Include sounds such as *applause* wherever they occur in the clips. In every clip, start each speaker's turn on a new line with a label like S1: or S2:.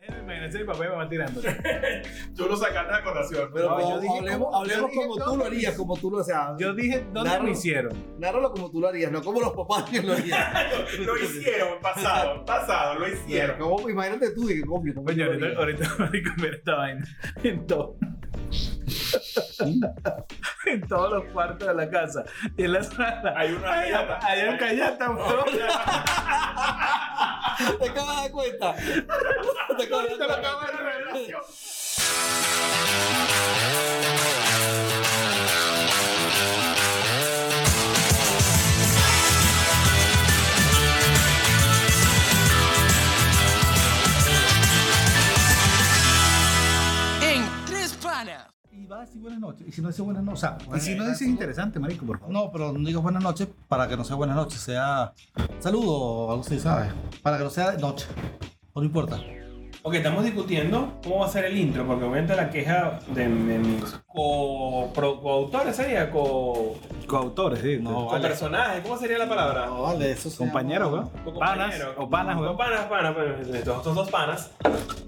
S1: Eh, ese es mi papá y mamá tirando.
S2: Tú lo sacaste de colación.
S3: Pero
S1: No,
S3: como-
S1: yo dije
S3: hablemos,
S1: como-
S3: hablemos
S1: yo dije
S3: como tú
S1: todo.
S3: lo harías, como tú lo o sea,
S1: Yo dije, ¿dónde
S3: Claro.
S1: lo hicieron?
S3: Nárralo como tú lo harías, no como los papás
S1: *laughs*
S3: que lo harían.
S2: Lo hicieron, pasado, pasado, lo
S3: *laughs*
S2: hicieron.
S3: Como- imagínate tú, dije, coño, ¿cómo
S1: Coño,
S3: yo lo
S1: ahorita,
S3: haría?
S1: ahorita *laughs* me voy a comer esta vaina. En todo. *laughs* en todos los cuartos de la casa. Y en la sala.
S2: Hay una
S1: Ay,
S2: callata.
S1: Hay una callata, bro.
S3: *laughs* ¿Te acabas de dar cuenta? ¿Te acabas de
S2: Te lo
S3: dar
S2: acabo de revelación.
S4: En Tres Panas.
S5: Y va a decir buenas noches. Y si no dice buenas noches, o sea,
S1: Y Pues si no dices interesante, marico, por favor.
S5: no, pero no digas buenas noches para que no sea buenas noches, sea saludo o algo así, ¿sabes? Para que no sea de noche. O no importa.
S6: Ok, estamos discutiendo cómo va a ser el intro, porque obviamente la queja de, de mis co- pro- coautores sería co,
S1: Coautores, sí.
S5: No,
S6: co-
S5: vale.
S6: personajes, ¿cómo sería la palabra?
S5: No, Ah, vale, eso se
S1: Compañeros,
S5: llama-
S1: weón.
S6: Co-
S1: Panas,
S6: compañero.
S1: o panas,
S6: Co-
S1: weón.
S6: panas, panas, pues, estos, estos dos panas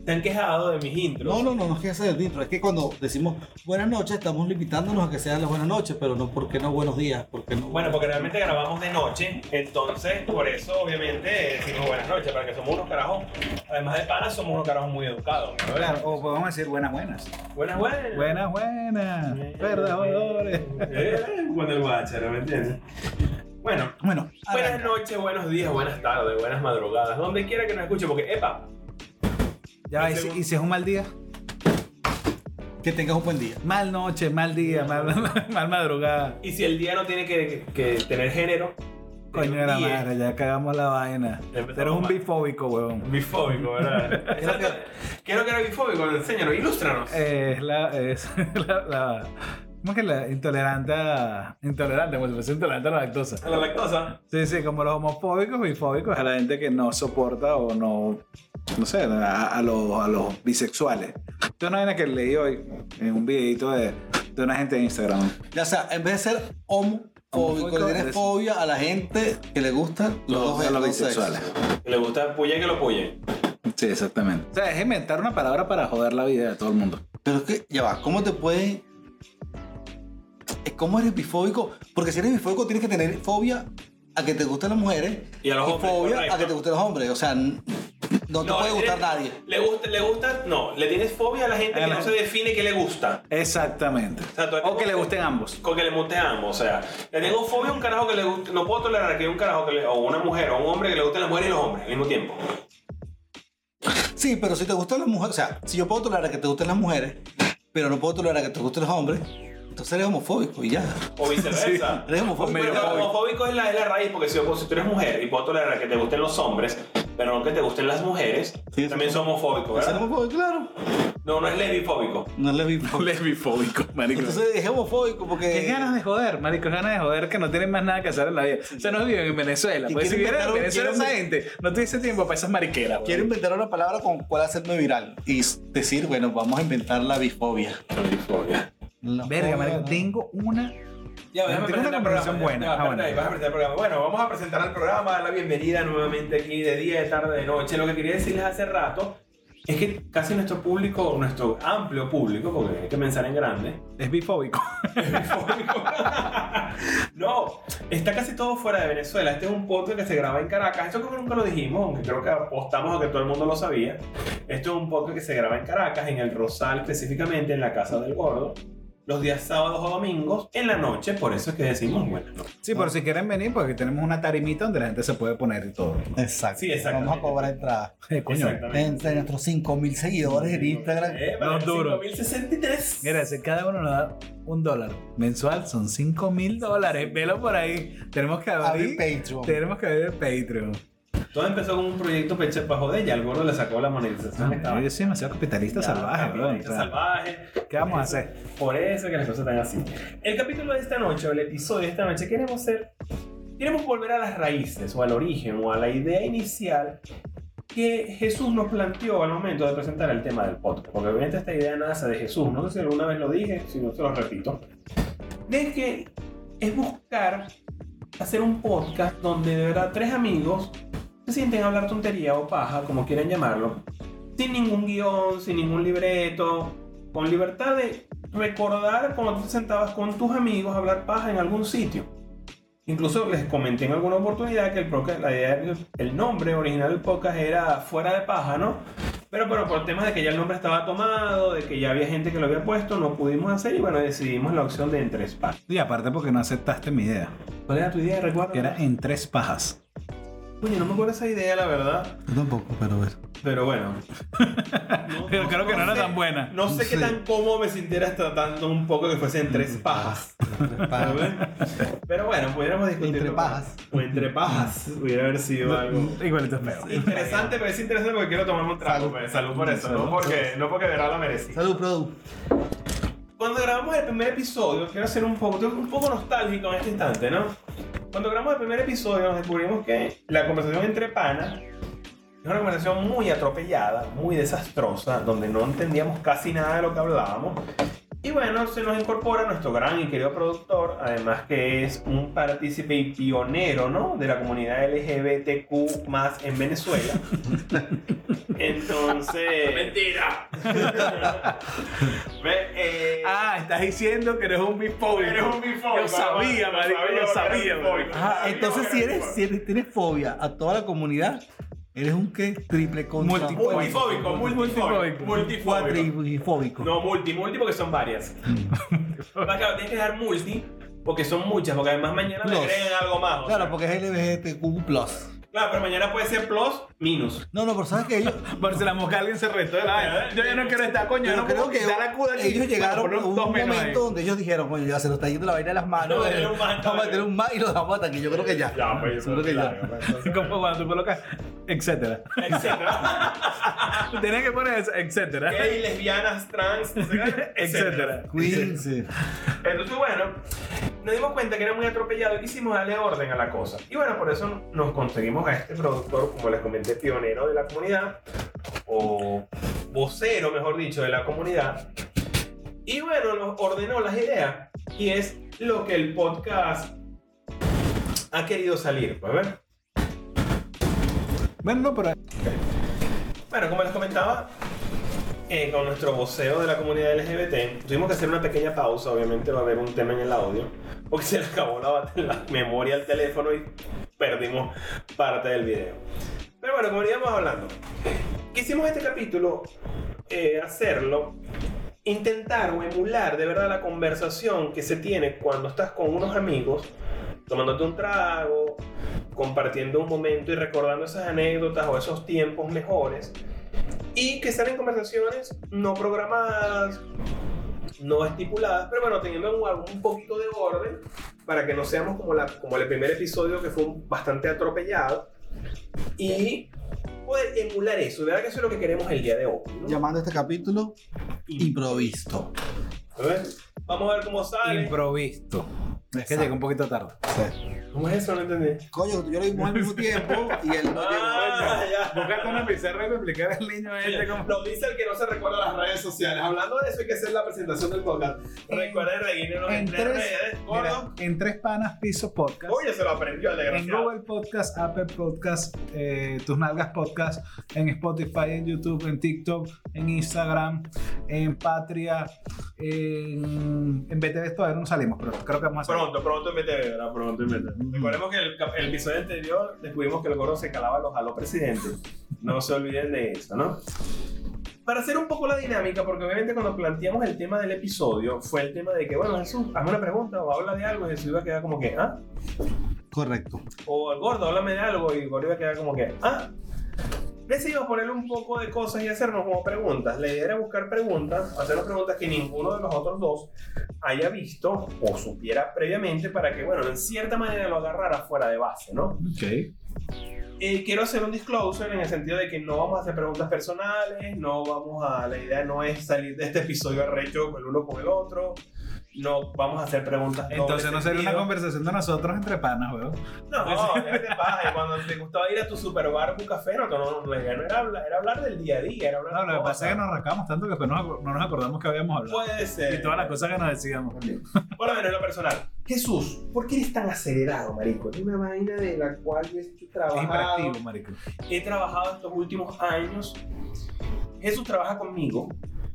S6: se han quejado de mis intros.
S5: No, no, no, no es que sea el intro, es que cuando decimos buenas noches estamos limitándonos a que sean las buenas noches, pero no, ¿por qué no buenos días? ¿Por qué no?
S6: Bueno, porque realmente grabamos de noche, entonces por eso obviamente decimos buenas noches, para que somos unos carajos, además de panas, somos unos carajos muy educados. ¿no?
S1: Claro, o podemos decir buenas, buenas.
S6: Buenas, buenas.
S1: Buenas, buenas. Perdedores.
S6: Eh, Cuando el guacharo, ¿me entiendes? Bueno,
S1: Bueno,
S6: Buenas noches, buenos días, buenas tardes, buenas madrugadas, donde quiera que nos escuche, porque, epa,
S1: ya va, y si- y si es un mal día.
S5: Que tengas un buen día.
S1: Mal noche, mal día, mal, mal *laughs* madrugada.
S6: y si el día no tiene que, que tener género,
S1: Coño de la madre, ya cagamos la vaina.
S6: Empezamos
S1: Pero es un
S6: mal.
S1: bifóbico, huevón. *laughs*
S6: Bifóbico, ¿verdad? Exacto. Quiero que era bifóbico, enséñanos, ilústranos.
S1: Eh, Es la. Es *laughs* la, la- ¿Cómo es que la intolerante a. Intolerante, como si fuese intolerante a la lactosa.
S6: A la lactosa.
S1: Sí, sí, como los homofóbicos, bifóbicos, a la gente que no soporta o no. No sé, a, a los, a los bisexuales. Esto es una vaina que leí hoy en un videito de, de una gente de Instagram.
S5: Ya sea, en vez de ser
S1: Homofóbico,
S5: homofóbico, le tienes
S1: eres-
S5: fobia a la gente que le gustan los
S1: Los-
S5: dos
S1: a los
S5: dos sexos.
S1: bisexuales.
S6: Le gusta puye que lo puye.
S1: Sí, exactamente. O sea, es inventar una palabra para joder la vida de todo el mundo.
S5: Pero es que, ya va, ¿cómo te puedes...? es ¿Cómo eres bifóbico? Porque si eres bifóbico tienes que tener fobia a que te gusten las mujeres
S6: Y a los hombres,
S5: fobia a
S6: correcto. eh,
S5: que te gusten los hombres. O sea, n- no te puede
S6: le
S5: gustar
S6: tienes-
S5: nadie.
S6: Le gusta, le gusta, no, le tienes fobia a la gente
S1: A
S6: que
S1: la
S6: no se
S1: gente.
S6: define qué le gusta.
S1: Exactamente.
S6: O sea, tú-
S1: O que le gusten ambos.
S6: Con que le guste a ambos, o sea, le tengo fobia a un carajo que le guste, no puedo tolerar que haya un carajo que le, o una mujer o un hombre que le gusten las mujeres y los hombres al mismo tiempo.
S5: Sí, pero si te gustan las mujeres, o sea, si yo puedo tolerar a que te gusten las mujeres, pero no puedo tolerar a que te gusten los hombres, entonces eres homofóbico y ya.
S6: O
S5: *laughs*
S6: viceversa.
S5: Eres
S6: Pero
S5: homofóbico.
S6: pero
S5: pero-
S6: homofóbico es la, es la raíz, porque si, pues, si tú eres mujer y puedo tolerar que te gusten los hombres, pero no que te gusten las mujeres,
S5: Sí,
S6: también
S5: sí.
S6: soy homofóbico,
S5: Ser
S6: ¿verdad?
S5: homofóbico, claro.
S6: No, no es lesbifóbico.
S5: No
S6: *laughs*
S5: es *laughs* lesbifóbico.
S1: Lesbifóbico, marico.
S5: Entonces eh, es homofóbico porque...
S1: Qué ganas de joder, marico, ganas de joder que no tienen más nada que hacer en la vida. O sea, no viven en Venezuela.
S5: Y
S1: Porque si
S5: quieren
S1: vivieran en
S5: inventar un-
S1: Venezuela esa
S5: quieren-
S1: gente, no tuviese tiempo para esas mariqueras.
S5: Quiero inventar una palabra con cuál hacerme viral y s- decir, bueno, vamos a inventar la bifobia. La
S1: weón. Verga,
S5: fobia,
S1: marico,
S5: ¿no?
S1: tengo una...
S6: Ya,
S1: Tengo una
S6: déjame presentar el
S1: conversación
S6: programa.
S1: buena.
S6: Ya,
S1: Ah,
S6: espérate ahí,
S1: bueno.
S6: vas a presentar el programa. Bueno, vamos a presentar el programa, dar la bienvenida nuevamente aquí de día, de tarde, de noche. Lo que quería decirles hace rato es que casi nuestro público, nuestro amplio público, porque hay que pensar en grande,
S1: Es bifóbico.
S6: Fóbico. *laughs* no, está casi todo fuera de Venezuela. Este es un podcast que se graba en Caracas. Esto creo que nunca lo dijimos, aunque creo que apostamos a que todo el mundo lo sabía. Esto es un podcast que se graba en Caracas, en el Rosal específicamente, en la Casa del Gordo. Los días sábados o domingos, en la noche, por eso es que decimos buenas noches.
S5: Ah.
S1: Sí, por si quieren venir, porque tenemos una tarimita donde la gente se puede poner y todo.
S5: Exacto.
S6: Sí, exactamente.
S5: Vamos a cobrar entrada.
S1: Eh, coño.
S5: Entre nuestros 5000 seguidores en Instagram.
S6: Eh,
S1: No,
S6: vale,
S1: duro.
S6: 5063.
S1: Mira, si cada uno nos da un dólar mensual, son cinco mil dólares. Velo por ahí. Tenemos que
S5: Abrir
S1: abrir...
S5: Patreon.
S1: Tenemos que abrir el Patreon.
S6: Todo empezó con un proyecto peche bajo de ella. El gordo le sacó la
S1: Ah,
S6: monetización. Estaba-
S1: yo soy demasiado capitalista salvaje, weón. O
S6: Capitalista
S1: sea,
S6: salvaje.
S1: ¿Qué vamos a hacer?
S6: Por eso que las cosas están así. El capítulo de esta noche, o el episodio de esta noche, queremos ser. Queremos volver a las raíces, o al origen, o a la idea inicial que Jesús nos planteó al momento de presentar el tema del podcast. Porque obviamente esta idea nace de Jesús. No sé si alguna vez lo dije, si no se lo repito. De que es buscar hacer un podcast donde de verdad tres amigos se sienten a hablar tontería o paja, como quieran llamarlo, sin ningún guión, sin ningún libreto, con libertad de recordar cuando tú te sentabas con tus amigos a hablar paja en algún sitio. Incluso les comenté en alguna oportunidad que el, podcast- la idea- el nombre original del podcast era Fuera de Paja, ¿no? Pero, pero por temas de que ya el nombre estaba tomado, de que ya había gente que lo había puesto, no pudimos hacer y bueno, decidimos la opción de en tres pajas.
S1: Y aparte porque no aceptaste mi idea,
S6: ¿Cuál era tu idea? Recuerda.
S1: que era en tres pajas.
S6: Coño, no me acuerdo esa idea, la verdad.
S5: Yo tampoco, pero bueno.
S6: Pero bueno. No-
S1: Pero creo que no era
S6: sé-
S1: tan buena.
S6: No sé qué
S5: Sí.
S6: tan cómodo me sintieras tratando un poco que fuese en tres pajas.
S5: Entre pajas.
S6: ¿sabes? Pero bueno, pudiéramos discutirlo.
S5: Entre pajas.
S6: O entre pajas. Hubiera haber sido algo.
S1: Igualito es peor.
S6: Interesante, pero es interesante porque quiero tomarme un trago.
S5: Salud.
S6: pues. Salud por eso,
S5: Salud.
S6: no porque, no porque de verdad lo merecí.
S5: Salud, Produ.
S6: Cuando grabamos el primer episodio, quiero ser un poco, un poco nostálgico en este instante, ¿no? Cuando grabamos el primer episodio, nos descubrimos que la conversación entre panas es una conversación muy atropellada, muy desastrosa, donde no entendíamos casi nada de lo que hablábamos. Y bueno, se nos incorpora nuestro gran y querido productor, además que es un partícipe y pionero, ¿no? De la comunidad LGBTQ más
S1: *laughs*
S6: en Venezuela. Entonces...
S7: Mentira.
S6: *laughs* ve, eh,
S1: Ah, estás diciendo que eres un bifóbico.
S7: Eres un bifóbico.
S1: Lo sabía,
S7: Lo sabía,
S1: marico, lo
S7: eres
S1: sabía.
S7: un bifóbico.
S1: marico.
S5: Ajá, entonces si eres, si eres- tienes fobia a toda la comunidad, eres un qué? Triple contra.
S1: Multifóbico.
S6: Multifóbico, multifóbico.
S1: Multifóbico.
S6: Multifóbico.
S5: Cuatrifóbico.
S6: No, multi, multi porque son
S5: *laughs*
S6: varias. Más claro, tienes que dar multi porque son muchas, porque además mañana le
S5: Los.
S6: agregan algo más. o
S5: Claro,
S6: sea.
S5: porque es LGBTQ+.
S6: Claro, pero mañana puede ser plus, minus.
S5: No, no, pero sabes que ellos,
S1: Por si la Ah, mosca alguien se retó de la vaina. Yo ya no quiero estar, coño. Yo
S5: Pero
S1: no
S5: creo
S1: puedo
S5: que
S1: quitar la cuda aquí.
S5: ellos llegaron
S1: Bueno,
S5: a
S1: por
S5: un
S1: dos menos ahí.
S5: momento
S1: *laughs*
S5: donde ellos dijeron, coño, ya se nos está yendo la vaina de las manos.
S6: Vamos a tener
S5: eh,
S6: un man,
S5: Vamos a tener un más y lo dejamos hasta aquí. Yo creo que ya.
S7: Ya, pues,
S5: Yo creo que ya.
S1: Como cuando tú colocas, etcétera. *laughs*
S6: Etcétera.
S1: Tenías que poner eso, etcétera.
S6: Gay, lesbianas, trans, etcétera.
S1: Etcétera.
S5: Cuídense.
S6: Entonces, bueno, nos dimos cuenta que era muy atropellado y quisimos darle orden a la cosa. Y bueno, por eso nos conseguimos a este productor, como les comenté, pionero de la comunidad, o vocero, mejor dicho, de la comunidad. Y bueno, nos ordenó las ideas. Y es lo que el podcast ha querido salir. Pues, ¿ver?
S1: Bueno, no, pero
S6: Bueno, como les comentaba, eh, con nuestro voceo de la comunidad LGBT, tuvimos que hacer una pequeña pausa. Obviamente va a haber un tema en el audio, porque se le acabó la, bat- la memoria al teléfono y perdimos parte del video. Pero bueno, como íbamos hablando, quisimos este capítulo eh, hacerlo, intentar o emular de verdad la conversación que se tiene cuando estás con unos amigos, tomándote un trago, compartiendo un momento y recordando esas anécdotas o esos tiempos mejores. Y que sean en conversaciones no programadas, no estipuladas, pero bueno, teniendo un, un poquito de orden para que no seamos como, la, como el primer episodio que fue un- bastante atropellado. Y poder emular eso, ¿verdad? Que eso es lo que queremos el día de hoy. ¿no?
S5: Llamando a este capítulo Improvisto.
S6: A ver, Vamos a ver cómo sale.
S1: improvisto. Es que
S5: Exacto.
S1: llegué un poquito tarde.
S6: ¿Cómo es eso? No entendí.
S5: Coño, yo lo vimos
S3: *laughs*
S5: al mismo tiempo y él no llegó.
S6: Ah, ya.
S1: Buscaste una pizarra y explicar al niño este cómo.
S6: Nos dice el que no se recuerda las redes sociales. Hablando de eso, hay que hacer la presentación del podcast. Recuerden seguirnos en
S1: En
S6: tres
S1: tres-
S6: redes,
S1: Mira,
S6: gordo.
S1: en tres panas piso podcast.
S6: Oye, se lo aprendió el
S1: En
S6: desgraciado.
S1: Google Podcast, Apple Podcast, eh, Tus Nalgas Podcast, en Spotify, en YouTube, en TikTok, en Instagram, en Patria, en, en BTV todavía no salimos, pero creo que vamos a salir.
S6: Pronto, pronto en BTV, ¿verdad? Pronto en BTV. Recordemos que el, cap- el episodio anterior descubrimos que el gordo se calaba a los halo presidentes. No se olviden de eso, ¿no? Para hacer un poco la dinámica, porque obviamente cuando planteamos el tema del episodio, fue el tema de que, bueno, Jesús, hazme una pregunta o habla de algo y Jesús iba a quedar como que, ¿ah?
S5: Correcto.
S6: o el gordo, háblame de algo, y el gordo iba a quedar como que, ah. Decidimos ponerle un poco de cosas y hacernos como preguntas. La idea era buscar preguntas, hacernos preguntas que ninguno de los otros dos haya visto o supiera previamente para que, bueno, en cierta manera lo agarrara fuera de base, ¿no?
S1: Ok.
S6: Eh, quiero hacer un disclosure en el sentido de que no vamos a hacer preguntas personales, no vamos a, la idea no es salir de este episodio arrecho el uno con el otro, no vamos a hacer preguntas. doble
S1: Entonces no sería una
S6: sentido.
S1: conversación de nosotros entre panas, weón. *laughs*
S6: No, déjate en paz. Y Cuando te gustaba ir a tu superbar, un café, no, no, no, la idea no era hablar, era hablar del día a día, era hablar
S1: No,
S6: de
S1: lo que pasa es
S6: cosas.
S1: que nos arrancamos tanto que después no, nos ac- no nos acordamos que habíamos hablado.
S6: Puede
S1: Y
S6: ser.
S1: todas las cosas que nos decíamos.
S6: Por lo menos en lo personal. Jesús, ¿por qué eres tan acelerado, marico? Es una vaina de la cual yo he
S1: Es
S6: trabajado,
S1: hiperactivo, marico.
S6: he trabajado estos últimos años Jesús trabaja conmigo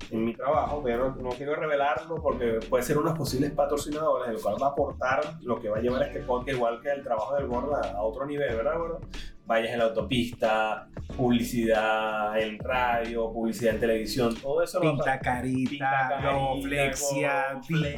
S6: en mi trabajo, pero no quiero revelarlo porque puede ser unos posibles patrocinadores, el cual va a aportar lo que va a llevar este podcast, igual que el trabajo del Gorda, a otro nivel, ¿verdad, Gorda? Vayas en la autopista, publicidad en radio, publicidad en televisión, todo eso lo va a
S1: Pinta carita,
S6: Pintacarita,
S1: flexia,
S6: Play,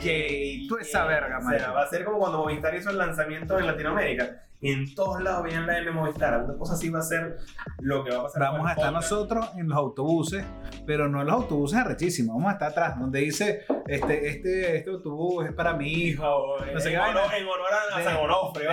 S1: DJ, toda esa verga,
S6: o sea,
S1: marico.
S6: va a ser como cuando Movistar hizo el lanzamiento en Latinoamérica. En todos lados veían la M Movistar. Alguna cosa así va a ser lo que va a pasar. con
S1: Vamos
S6: el
S1: a estar
S6: podcast.
S1: nosotros en los autobuses, pero no en los autobuses arrechísimos, vamos a estar atrás, donde dice, este, este, este autobús es para mi hijo.
S6: Hijo,
S1: No sé
S6: en,
S1: qué
S6: honor,
S1: vaina.
S6: en honor a, a
S1: Sí.
S6: San Onofre,
S1: En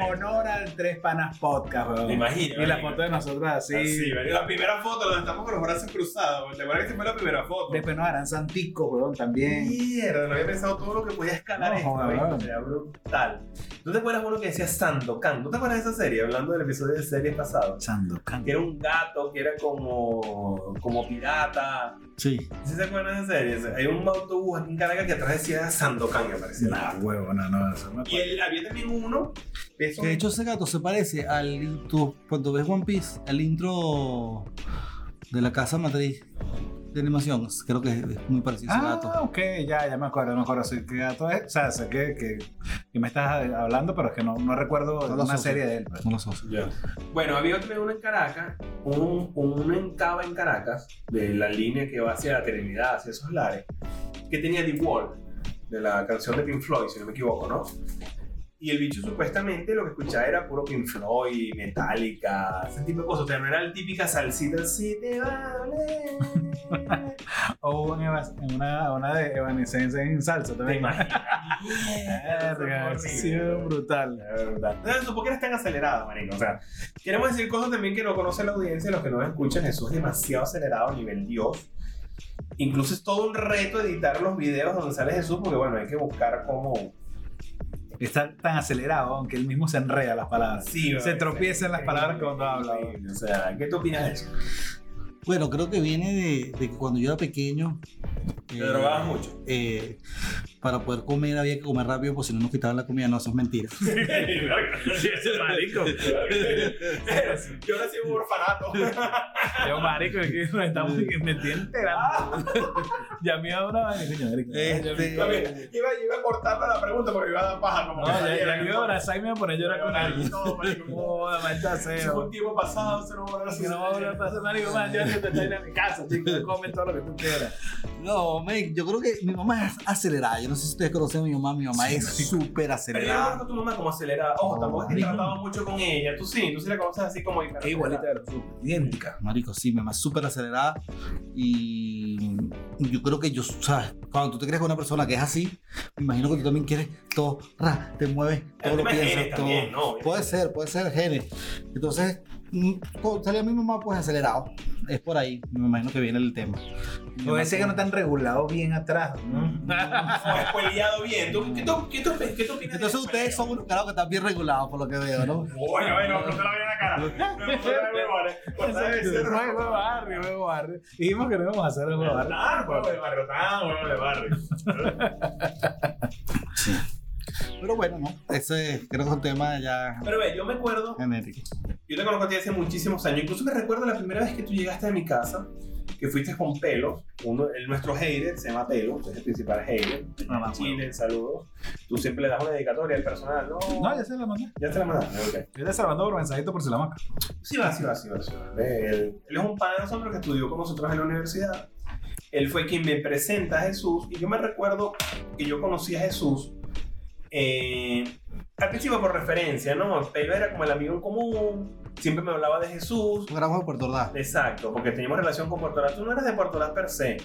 S6: vale.
S1: honor al Tres Panas Podcast, weón.
S6: Me imagino.
S1: Y la
S6: marico.
S1: foto de nosotros así.
S6: Así, vale.
S8: La primera foto, donde estamos con los brazos cruzados. ¿Te acuerdas que esta fue la primera foto?
S1: Después nos harán Santico, weón, también.
S6: Mierda, no había pensado todo lo que podía escalar
S1: No,
S6: esto,
S1: joder,
S6: ¿viste?
S1: vale.
S6: Sería brutal. ¿Tú te acuerdas uno que decía Sandokan? ¿Tú te acuerdas de esa serie? Hablando del episodio de series pasado.
S1: Sandokan.
S6: Que era un gato, que era como, como pirata.
S5: Sí.
S6: ¿Sí se acuerdan de esa serie? Hay un autobús aquí en Caracas que atrás decía Sandokan, me parecía.
S1: Nah, huevo, no, no, eso no
S6: Y él- había también uno de esos
S5: Que de hecho ese gato se parece al intro, cuando ves One Piece, al intro de la casa matriz de animación. Creo que es muy parecido a ese
S1: Ah,
S5: gato.
S1: ok, ya, ya me acuerdo, me acuerdo. Sí, ¿Qué gato es? O sea, sé que, que, que me estás eh, hablando, pero es que no, no recuerdo
S5: No lo
S1: una
S5: asocio.
S1: serie de él. pues.
S5: No lo sos.
S6: Bueno, había también uno en Caracas, un, uno en Cava en Caracas, de la línea que va hacia la Trinidad, hacia esos lares, que tenía The Wall, de la canción de Pink Floyd, si no me equivoco, ¿no? Y el bicho supuestamente lo que escuchaba era puro Pink Floyd, Metallica, ese tipo de cosas. O sea, no era la típica salsita así, te va a doler.
S1: pues. O hubo en Eva- en una, una de Evanescence en salsa
S6: Te
S1: también.
S6: imaginas.
S1: Verga, eso ha sido
S6: Horrible.
S1: brutal.
S6: La verdad. No, eso, ¿por qué eres tan acelerado, marico? O sea, queremos decir cosas también que no conoce la audiencia, los que no escuchan, Jesús es demasiado acelerado a nivel Dios. Incluso es todo un reto editar los videos donde sale Jesús, porque bueno, hay que buscar cómo...
S1: Está tan acelerado, aunque él mismo se enreda las palabras.
S6: Sí,
S1: Se tropiezan las palabras cuando habla.
S6: Increíble, O sea, ¿qué tú opinas de eso?
S5: Bueno, creo que viene de, de que cuando yo era pequeño.
S6: Te
S5: eh,
S6: drogabas mucho.
S5: eh, para poder comer había que comer rápido porque si no nos quitaban la comida. No, eso
S6: *laughs*
S5: es mentira.
S6: marico. *laughs* Yo nací en un orfanato. *laughs*
S1: Yo, marico, es que me, estamos, que me estoy enterando. ya me da una vaina, coño, marico.
S5: Este-
S1: Ya me-
S8: Iba, iba a cortarme la pregunta porque iba a dar paja. Como
S1: No, ya, ya me iba a abrazar y me iba a poner a llorar con alguien.
S8: No, marico, como-
S1: Joda, maldita sea.
S8: Eso fue un tiempo pasado, se lo voy a
S1: Si no vamos a hablar pasar, marico, más, yo te estoy en mi casa, chico, come todo lo que tú quieras.
S5: No, men, yo creo que mi mamá es acelerada. Yo no sé si ustedes conocen a mi mamá. Mi mamá
S1: Sí,
S5: es
S1: marico.
S5: súper
S6: Pero yo
S5: acelerada.
S6: conozco a tu mamá como acelerada. Ojo,
S5: No,
S6: tampoco es que
S5: marico.
S6: trataba mucho con ella. Tú sí, tú sí la conoces así como...
S1: Es igualita de los suyos, idéntica.
S5: Marico, sí, mi mamá es súper acelerada. Y yo creo que yo, ¿sabes? Cuando tú te crees con una persona que es así, me imagino que tú también quieres todo, ra, te mueves, todo lo
S6: tema es
S5: piensas,
S6: genes
S5: todo.
S6: también, ¿no?
S5: Puede ser, puede ser genes. Entonces, mm, cuando sale a mi mamá, pues acelerado. Es por ahí, me imagino que viene el tema. Mi
S1: O
S5: mamá
S1: ese que no están regulados bien atrás, ¿no?
S8: O escueleado bien. ¿Tú, qué, tú, qué, tú, qué tú opinas? de
S5: Entonces
S8: la
S5: ustedes son unos carajos que están bien regulados por lo que veo, ¿no?
S8: Bueno, bueno, no te la voy a la cara. No
S1: *laughs* Exacto, no es huevo barrio, huevo barrio. Dijimos que no íbamos a hacer el huevo barrio.
S5: Pero bueno, no. Ese creo que es un tema ya
S6: Pero ve, yo me acuerdo,
S5: genético.
S6: yo te conozco a ti hace muchísimos años, incluso me recuerdo la primera vez que tú llegaste a mi casa, que fuiste con Pelo, uno, el, nuestro hater se llama Pelo, es el principal hater,
S1: No, más
S6: Chile, saludos. Tú siempre le das una dedicatoria al personal, ¿no?
S1: No, ya se la mandé.
S6: ya te la mandaste, ok.
S1: Yo te se la mandé por mensajito por si la maca.
S6: Sí va, sí va, sí va, sí va. Ve, Él, él es un padre de nosotros que estudió con nosotros en la universidad. Él fue quien me presenta a Jesús y yo me recuerdo que yo conocí a Jesús eh, al principio por referencia, ¿no? Pero era como el amigo en común, siempre me hablaba de Jesús.
S5: Un gramo de Puerto Ordaz.
S6: Exacto, porque teníamos relación con Puerto Ordaz. Tú no eras de Puerto Ordaz per se.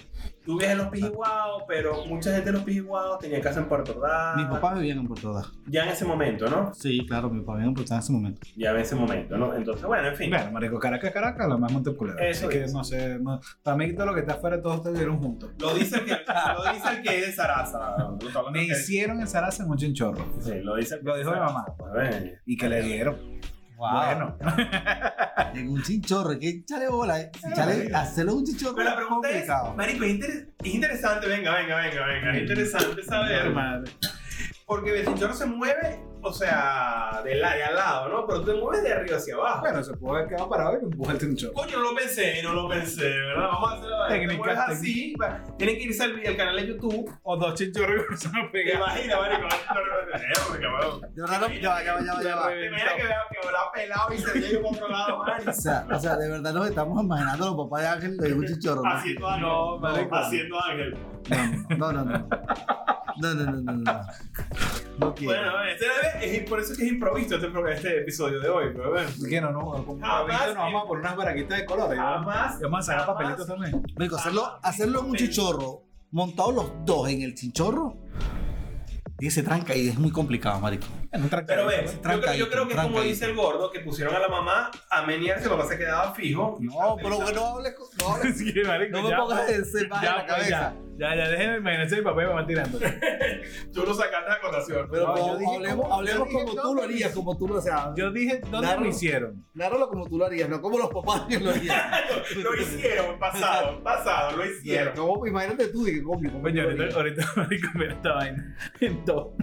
S6: Tú vivías en los Pijiguaos, pero mucha gente de los Pijiguaos tenía casa en Puerto Ordaz.
S5: Mi papá vivía en Puerto Ordaz.
S6: Ya en ese momento, ¿no?
S5: Sí, claro, mi papá vivía en Puerto Ordaz en ese momento.
S6: Ya en ese momento, ¿no? Entonces, bueno, en fin.
S1: Bueno, marico, Caracas, Caracas, la más Monteculebra.
S6: Eso
S1: Así que
S6: es.
S1: no sé, no, para mí todo lo que está afuera, todos ustedes vivieron juntos.
S6: Lo dice el que, lo dice el que es de Sarasa. Lo
S1: Me hicieron en Sarasa en un chinchorro.
S6: Sí, lo dice el que
S1: Lo
S6: es
S1: dijo
S6: de
S1: mi
S6: Sarasa,
S1: mamá.
S6: pues, ven.
S1: Y que le dieron. Bueno. Ah.
S5: En un chinchorro, que echale bola, eh. Echale, hacerlo en un chinchorro.
S6: Pero la
S5: es
S6: pregunta es,
S5: complicado.
S6: Marico, es, inter- es interesante, venga, venga, venga, venga. Es interesante saber.
S1: Madre.
S6: Porque Betinchorro se mueve o sea, de, la- de al lado, ¿no? Pero te mueves de arriba hacia abajo.
S1: Bueno, se puede haber quedado parado y empujarte un choque.
S6: Coño, no lo pensé, no lo pensé, ¿verdad? Vamos a hacer la
S1: Técnica,
S6: te mueves
S1: técnica.
S6: así. va. Tienen que irse al, al canal de YouTube.
S1: O dos chinchorros que se han
S6: ¿Te imaginas, marico? No, no, no, no, no, cabrón.
S3: De verdad, no, ya va, ya va, ya va, ya va.
S6: ¿Te imaginas que veo que habrá pelado y se llegue por otro lado,
S3: O
S6: marico?
S3: sea, o sea, de verdad nos estamos imaginando a los papás de Ángel de un chichorro.
S1: Ah,
S3: ¿no?
S6: Haciendo ángel.
S1: No, marico.
S6: haciendo ángel.
S3: No, no, no. No, no, no, no, no. No quiero.
S6: Bueno, este es, por eso es que es improviso este, pro- este episodio de hoy, pero bueno.
S1: Que no, no, como
S6: Jamás
S1: ahorita nos vamos
S6: en-
S1: a poner unas baraquitas de colores. ¿no?
S6: Jamás.
S1: Y vamos a sacar
S6: jamás
S1: papelitos también.
S3: Marico, hacerlo, hacerlo en un chichorro, montados los dos en el chinchorro, y se tranca y es muy complicado, marico.
S1: En un
S6: Pero
S1: trancadito,
S6: ve,
S1: ¿no?
S6: yo creo, yo creo que es como dice el gordo, que pusieron a la mamá a menearse, papá se quedaba fijo.
S3: No, pero bueno, no hables. con- No, hables-
S1: *laughs* Sí, marico,
S3: no me
S1: ya,
S3: pongas ese mal en
S1: ya,
S3: la
S1: pues,
S3: cabeza.
S1: ya, ya, ya, déjenme imaginarse mi papá y mamá tirando.
S6: Tú lo sacaste a contación.
S9: Pero
S1: No, yo
S9: como-
S1: dije
S9: hablemos,
S1: como-
S9: hablemos
S1: yo dije
S9: como tú
S1: todo.
S9: lo harías, como tú lo o sea,
S1: Yo dije, ¿dónde
S9: Claro.
S1: lo hicieron?
S9: Narralo como tú lo harías, no como los papás que lo harían.
S1: *laughs*
S6: Lo hicieron, pasado, pasado, lo hicieron.
S9: Como- imagínate tú, dije, coño, ¿cómo
S1: Coño,
S9: tú lo
S1: ahorita,
S9: harías?
S1: ahorita *laughs* marico, mira esta vaina. En todo.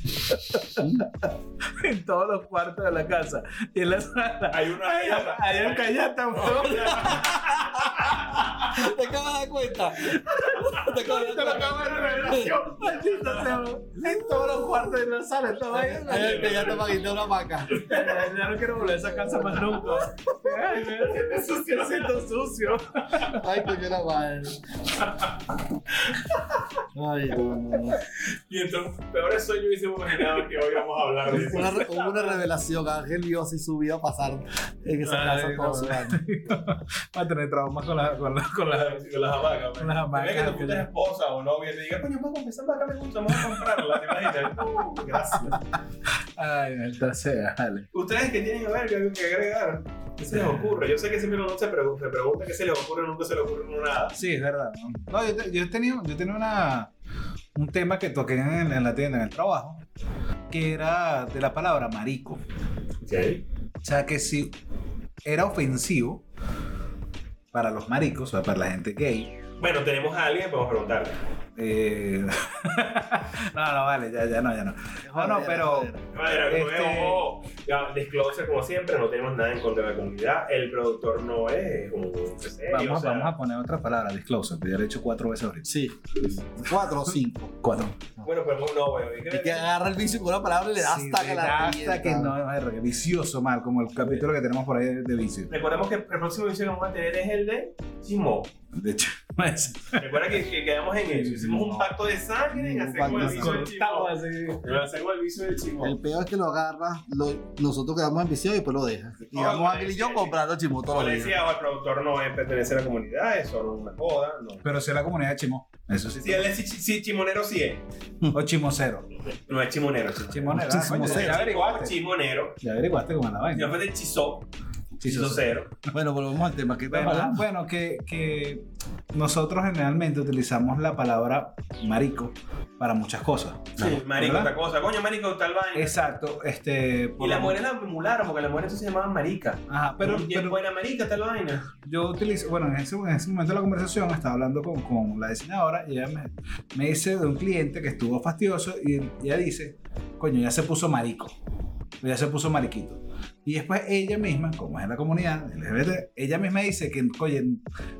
S1: *laughs* en todos los cuartos de la casa. Y en la sala.
S6: Hay una
S1: Ay,
S6: callata.
S1: Hay un callata, weón.
S9: *laughs* Te acabas de dar
S1: *laughs*
S9: cuenta. Te acabas de
S6: Te lo
S9: dar cuenta.
S6: acabo de revelación.
S1: Maldita sea, weón. En todos los cuartos de la sala. Esta vaina.
S3: *laughs*
S9: Ay, ay, que Ya te pagué una vaca.
S1: Ya ya no quiero volver a esa casa más nunca. Ay, me siento sucio, me siento sucio.
S9: Ay, coño, la madre. Ay, no, no, no.
S6: Y entonces, peores sueños hubiésemos imaginado que hoy vamos a hablar de eso.
S3: Una re- hubo una revelación, Ángel vio así su vida pasar en esa
S1: Ay,
S3: casa
S1: no,
S3: todo el año.
S1: Va a tener traumas con la, con la, con la-
S6: Con las hamacas. pues.
S1: Con las hamacas,
S6: Mira que tu
S1: que
S6: puta
S1: ya.
S6: esposa o novia te diga, coño, vamos a esa hamaca, me gusta, vamos a comprarla, te imaginas. *laughs* Uh, Gracias.
S1: Ay, maldita sea, dale.
S6: ¿Ustedes que tienen a ver que, que agregar? ¿Qué se les ocurre? Yo sé que siempre uno se pregunta, se pregunta qué se les ocurre, nunca se les ocurre uno nada.
S1: Sí, es verdad. ¿no? No, yo, te- yo tenía, yo tenía una, un tema que toqué en, en la tienda, en el trabajo, que era de la palabra marico. O sea, que si era ofensivo para los maricos, o sea, para la gente gay.
S6: Bueno, tenemos a alguien, podemos preguntarle.
S1: eh, *laughs* no, no, vale, ya, ya no, ya no. Oh, No, no, pero
S6: A ver,
S1: Este-
S6: ojo, ya, disclosure como siempre, no tenemos nada en contra de la comunidad. El productor no es un serio,
S1: vamos,
S6: o sea,
S1: vamos a poner otra palabra, disclosure, que ya lo he hecho cuatro veces ahorita.
S3: Sí, cuatro o cinco.
S1: Cuatro.
S6: Bueno, pero no, bueno, hay que
S3: Y que agarra el vicio con una palabra y le da
S1: Sí,
S3: hasta que
S1: le
S3: la
S1: da hasta que
S3: revienta.
S1: no, verga, vicioso mal, como el capítulo que tenemos por ahí de vicio.
S6: Recordemos que el próximo video que vamos a tener es el de Chimo.
S1: De hecho, *laughs*
S6: Recuerda que, que quedamos en eso. Hicimos un pacto de sangre en
S3: Un
S6: hacer
S3: pacto
S6: con el
S3: de
S6: vicio del Chimo.
S1: cortamos así.
S6: En hacer con el vicio del Chimo.
S3: El peor es que lo agarra, lo- nosotros quedamos enviciados y después lo deja. Y
S6: Ah,
S3: vamos
S6: bueno,
S3: Ángel y
S6: sí.
S3: yo comprando chimbo todos
S6: Como
S3: los días.
S6: decía, el productor no es- pertenece a la comunidad, eso no es una joda. No.
S1: Pero si es la comunidad de Chimo. Eso sí.
S6: Si él es chi- chi- chimonero, sí es.
S1: O Chimocero.
S6: No es chimonero. chimonero.
S1: Chimonero. ah, coño,
S3: Chimocero.
S1: Ya averiguaste.
S6: Chimonero.
S1: Ya averiguaste cómo es la
S6: Ya
S1: vaina.
S6: fue de chisó.
S1: Chimocero.
S6: Chisocero.
S3: Bueno, volvemos al tema. ¿Qué estamos
S1: Bueno, pues,
S3: hablando?
S1: bueno, que, que nosotros generalmente utilizamos la palabra marico para muchas cosas.
S6: Sí, marico,
S1: ¿Verdad?
S6: otra cosa. Coño, marico, tal vaina.
S1: Exacto. Este, por
S6: Y las
S1: lo-
S6: mujeres la emularon, porque las mujeres se llamaban marica.
S1: Ajá, pero,
S6: Pero, y
S1: pero
S6: buena marica, tal vaina.
S1: yo utilizo, bueno, en ese, en ese momento de la conversación estaba hablando con, con la diseñadora y ella me, me dice de un cliente que estuvo fastidioso y y ella dice, coño, ya se puso marico, o ya se puso mariquito. Y después ella misma, como es en la comunidad LGBT, ella misma dice que, oye,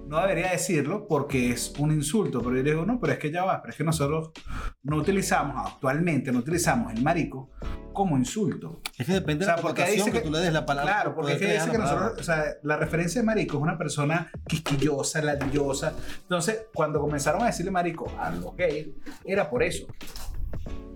S1: no debería decirlo porque es un insulto, pero yo le digo, no, pero es que ya va, pero es que nosotros no utilizamos, actualmente no utilizamos el marico como insulto.
S3: Es que depende
S1: O sea,
S3: de la
S1: porque
S3: connotación
S1: dice
S3: que,
S1: que-
S3: tú le des la palabra.
S1: Claro, porque es que
S3: poder
S1: dice que
S3: crear la palabra.
S1: nosotros, o sea, la referencia de marico es una persona quisquillosa, ladrillosa. Entonces, cuando comenzaron a decirle marico a los gays, era por eso.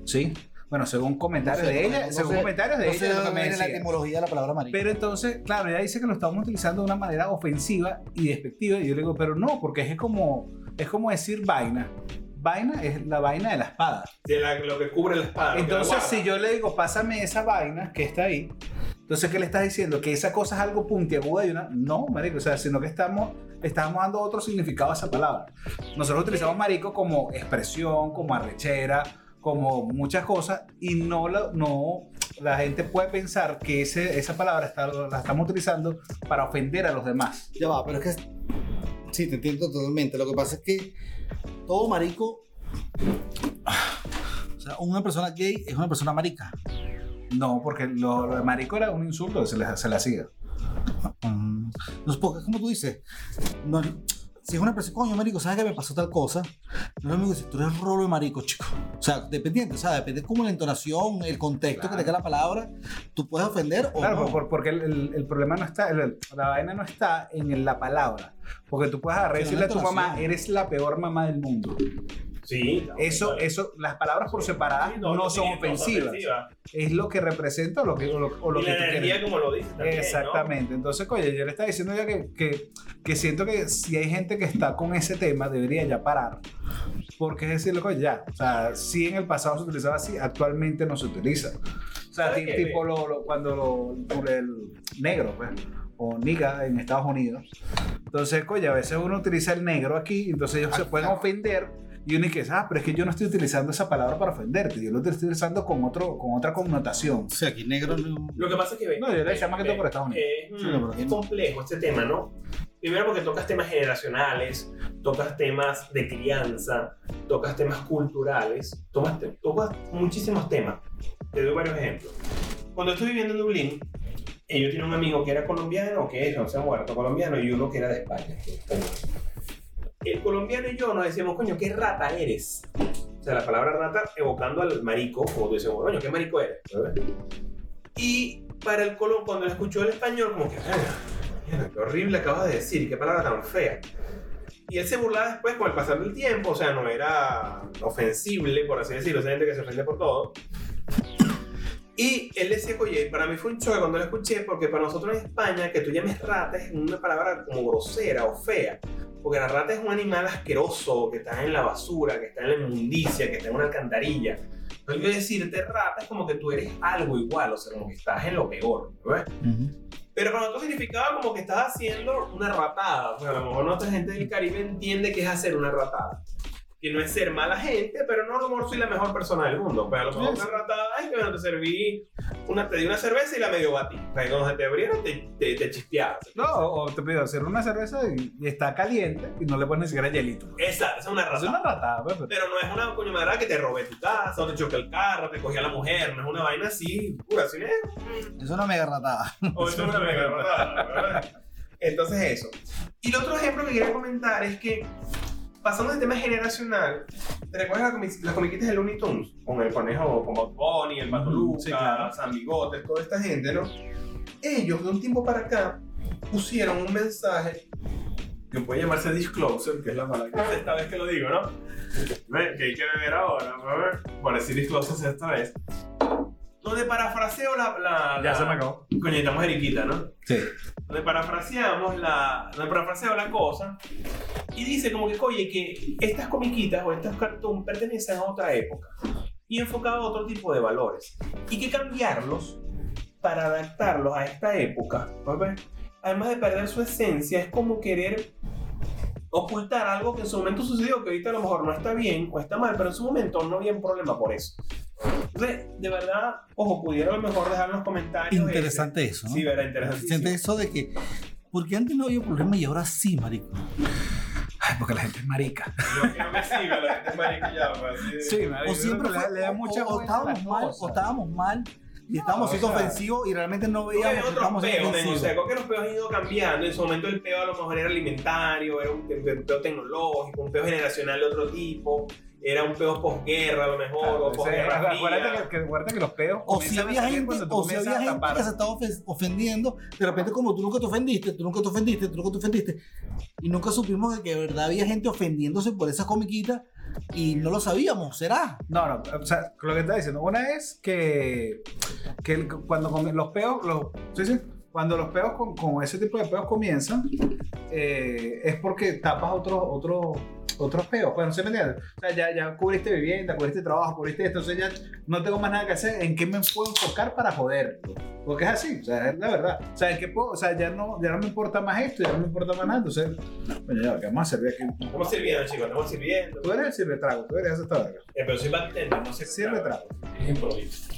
S1: ¿Sí? Bueno, según comentarios
S3: No sé,
S1: de ella,
S3: no
S1: según
S3: sé,
S1: comentarios de
S3: No
S1: ella,
S3: sé
S1: es lo que
S3: dónde
S1: me
S3: viene la
S1: decía.
S3: etimología de la palabra marico.
S1: Pero entonces, claro, ella dice que lo estamos utilizando de una manera ofensiva y despectiva. Y yo le digo, pero no, porque es como, es como decir vaina. Vaina es la vaina de la espada.
S6: De la- lo que cubre la espada. lo que la
S1: Entonces,
S6: guarda.
S1: si yo le digo, pásame esa vaina que está ahí, entonces, ¿qué le estás diciendo? ¿Que esa cosa es algo puntiaguda y una...? No, marico, o sea, sino que estamos, le estamos dando otro significado a esa palabra. Nosotros utilizamos marico como expresión, como arrechera, como muchas cosas, y no, la, no la gente puede pensar que ese, esa palabra está, la estamos utilizando para ofender a los demás.
S3: Ya va, Ah, pero es que. es- Sí, te entiendo totalmente. Lo que pasa es que todo marico. O sea, una persona gay es una persona marica.
S1: No, porque lo, lo de marico era un insulto, se le, se le hacía.
S3: Mm, No es porque, como tú dices, no- si es una persona, coño, marico, ¿sabes que me pasó tal cosa? No es lo mismo que si tú eres rolo de marico, chico. O sea, dependiente, o sea, depende como la entonación, el contexto que te da la palabra, tú puedes ofender o
S1: Claro,
S3: no.
S1: por- porque el, el- el problema no está, el- la vaina no está en la palabra. Porque tú puedes agarrar y
S3: Sí,
S1: decirle a tu
S3: una
S1: mamá,
S3: entonación.
S1: eres la peor mamá del mundo.
S6: Sí.
S1: Eso, eso, las palabras por separadas no, son ofensivas. Es lo que representa o lo que, o lo, o lo
S6: y
S1: que
S6: la
S1: tú quieres.
S6: energía, como lo dice. También,
S1: Exactamente. Entonces, oye, yo le estaba diciendo ya que, que, que siento que si hay gente que está con ese tema, debería ya parar. Porque es decirle, oye, ya. O sea, si en el pasado se utilizaba así, actualmente no se utiliza. O sea,
S6: ¿Sabe
S1: ti-
S6: qué?
S1: tipo lo, lo- cuando lo, por el negro, pues, o niga en Estados Unidos. Entonces, oye, a veces uno utiliza el negro aquí, entonces ellos se pueden ofender. Y uno dice, ah, pero es que yo no estoy utilizando esa palabra para ofenderte, yo lo estoy utilizando con, otro, con otra connotación.
S3: O sea, aquí negro no.
S6: ¿no? Lo que pasa es que ve.
S1: No, yo le decía más que todo por Estados Unidos.
S6: Eh,
S3: Sí, no,
S6: mm,
S3: pero-
S6: es complejo este tema, ¿no? Primero porque tocas temas generacionales, tocas temas de crianza, tocas temas culturales, tomas te- tocas, muchísimos temas. Te doy varios ejemplos. Cuando estuve viviendo en Dublín, eh, yo tenía un amigo que era colombiano, que es, no se ha muerto, colombiano, y uno que era de España. que es español. El colombiano y yo nos decíamos, coño, qué rata eres. O sea, la palabra rata evocando al marico, como tú dices, coño, qué marico eres. ¿sabes? Y para el colón, cuando lo escuchó el español, como que, "Verga, mierda, qué horrible acabas de decir, qué palabra tan fea. Y él se burlaba después con el pasar del tiempo, o sea, no era ofensible, por así decirlo, o sea, gente que se ofende por todo. Y él decía, oye, para mí fue un choque cuando lo escuché, porque para nosotros en España, que tú llames rata es una palabra como grosera o fea. Porque la rata es un animal asqueroso, que está en la basura, que está en la inmundicia, que está en una alcantarilla. Pero yo decirte rata es como que tú eres algo igual, o sea, como que estás en lo peor, ¿no?
S3: Ujú.
S6: Pero para nosotros significaba como que estás haciendo una ratada. O sea, a lo mejor nuestra gente del Caribe entiende que es hacer una ratada. Que no es ser mala gente, pero no a lo mejor soy la mejor persona del mundo. Pero a lo mejor una ratada, ay, que bueno, te serví, una, te di una cerveza y la medio batí. O sea, cuando se te abrieron, te, te, te chispeabas.
S1: No, o, o te pido hacer una cerveza y, y está caliente y no le pones ni siquiera hielito. pues.
S6: Esa, esa es una
S1: Es
S6: ratada.
S1: una ratada, pues, pero-
S6: Pero no es una coño madre que te robé tu casa, o te choqué el carro, te cogí a la mujer. No es una vaina así, pura, sino es
S3: Es una mega ratada.
S6: *laughs* O eso es una mega patada, ¿verdad? Entonces eso. Y el otro ejemplo que quería comentar es que, pasando del tema generacional, ¿te recuerdas las, comi- las comiquitas de Looney Tunes? Con el conejo, con Bob Bunny, el Pato Lucas,
S1: sí, claro.
S6: San Bigotes, toda esta gente, ¿no? Ellos, de un tiempo para acá, pusieron un mensaje que puede llamarse disclosure, que es la palabra que esta vez que lo digo, ¿no? Ve, Que hay que beber ahora, ¿verdad? por decir disclosure esta vez. Donde parafraseo la... la- la-
S1: acabó.
S6: Coño, estamos Eriquita, ¿no?
S3: Sí.
S6: donde parafraseamos la, donde parafraseo la cosa y dice como que, oye, que estas comiquitas o estos cartoons pertenecen a otra época y enfocado a otro tipo de valores y que cambiarlos para adaptarlos a esta época, ¿ok? además de perder su esencia, es como querer ocultar algo que en su momento sucedió, que ahorita a lo mejor no está bien o está mal, pero en su momento no había un problema por eso. Entonces, de verdad, ojo, pudieron a lo mejor dejar en los comentarios.
S3: Interesante eso, ¿no?
S6: Sí, verdad, interesantísimo.
S3: Interesante eso de que. Porque antes no había problema y ahora sí, marico.
S1: Ay, porque la gente es marica.
S6: Yo creo que sí, pero la gente es mariquilla, pues, así de-
S1: marica.
S3: O siempre
S1: le,
S3: fue-
S1: le da
S3: o-
S1: mucha
S3: o- o
S1: vuelta a las
S3: estábamos mal,
S1: cosas.
S3: o estábamos mal, y estábamos
S1: o
S3: siendo
S1: sea,
S3: ofensivos y realmente no
S6: Porque hay
S3: veíamos que
S6: otros
S3: estábamos
S6: peos,
S3: siendo
S6: men, o
S3: ofensivos.
S6: sea, creo que los peos han ido cambiando. En su momento el peo a lo mejor era alimentario, era un te- un peo tecnológico, un peo generacional de otro tipo, era un peo posguerra a lo mejor,
S1: Claro,
S6: o
S1: o sea,
S6: posguerra.
S1: acuérdate, que,
S6: fría.
S1: que- acuérdate que los peos
S3: O si
S1: comienzan a
S3: había
S1: salir
S3: gente,
S1: cuando tú
S3: o si
S1: comienzas
S3: había
S1: a
S3: gente
S1: tapar.
S3: que se estaba ofen- ofendiendo, de repente como tú nunca te ofendiste, tú nunca te ofendiste, tú nunca te ofendiste, y nunca supimos de que de verdad había gente ofendiéndose por esas comiquitas y no lo sabíamos, ¿será?
S1: No, no, o sea, lo que está diciendo, una es que, que el- cuando comi- los peos, los, sí, sí, cuando los peos con, con ese tipo de peos comienzan, eh, es porque tapas otros otros otros peos, pues no se me entiende. O sea, ya, ya cubriste vivienda, cubriste trabajo, cubriste esto, entonces ya no tengo más nada que hacer, ¿en qué me puedo enfocar para joder? Porque es así, o sea, es la verdad. O sea, ¿en qué puedo? O sea, ya no, ya no me importa más esto, ya no me importa más nada, entonces, bueno, ya, ¿qué vamos a servir aquí?
S6: Estamos sirviendo, chicos, estamos sirviendo.
S1: Tú eres el sirvetrago, tú eres esa verga.
S6: Eh, pero soy bartender, no sé.
S1: Sirve trago.
S6: Es improviso.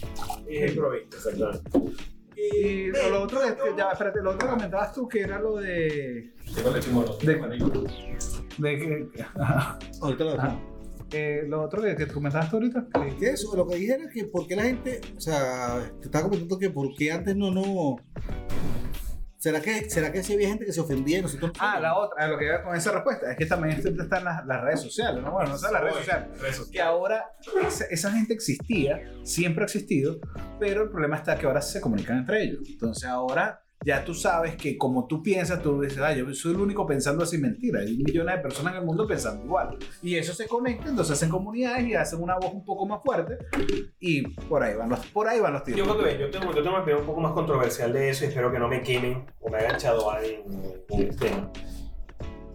S6: Es improviso, exactamente.
S1: Y lo, lo otro es que,
S6: no.
S1: ya, espérate, lo otro que comentabas tú que era lo de.
S6: Yo con leche moro,
S1: De-
S6: marico.
S1: de que,
S3: Ahorita lo
S1: Ajá. eh, lo otro que, que comentaste ahorita, que-
S5: Que eso, lo que dije era que por qué la gente, o sea, te estaba comentando que por qué antes no, no. ¿Será que, será que sí había gente que se ofendía y nosotros no?
S1: Ah, la otra, a lo que iba con esa respuesta, es que también siempre están las, las redes sociales, ¿no? Bueno, no están las redes
S6: Oye,
S1: sociales.
S6: redes
S1: Que ahora esa, esa gente existía, siempre ha existido, pero el problema está que ahora se comunican entre ellos. Entonces ahora ya tú sabes que como tú piensas, tú dices, ah, yo soy el único pensando así, mentira. Hay millones de personas en el mundo pensando igual. Y eso se conecta, entonces hacen comunidades y hacen una voz un poco más fuerte y por ahí van los, por ahí van los
S6: Yo
S1: tiros.
S6: creo que ven, yo tengo, yo tengo una opinión un poco más controversial de eso y espero que no me quemen o me hagan chadoar en, en el tema.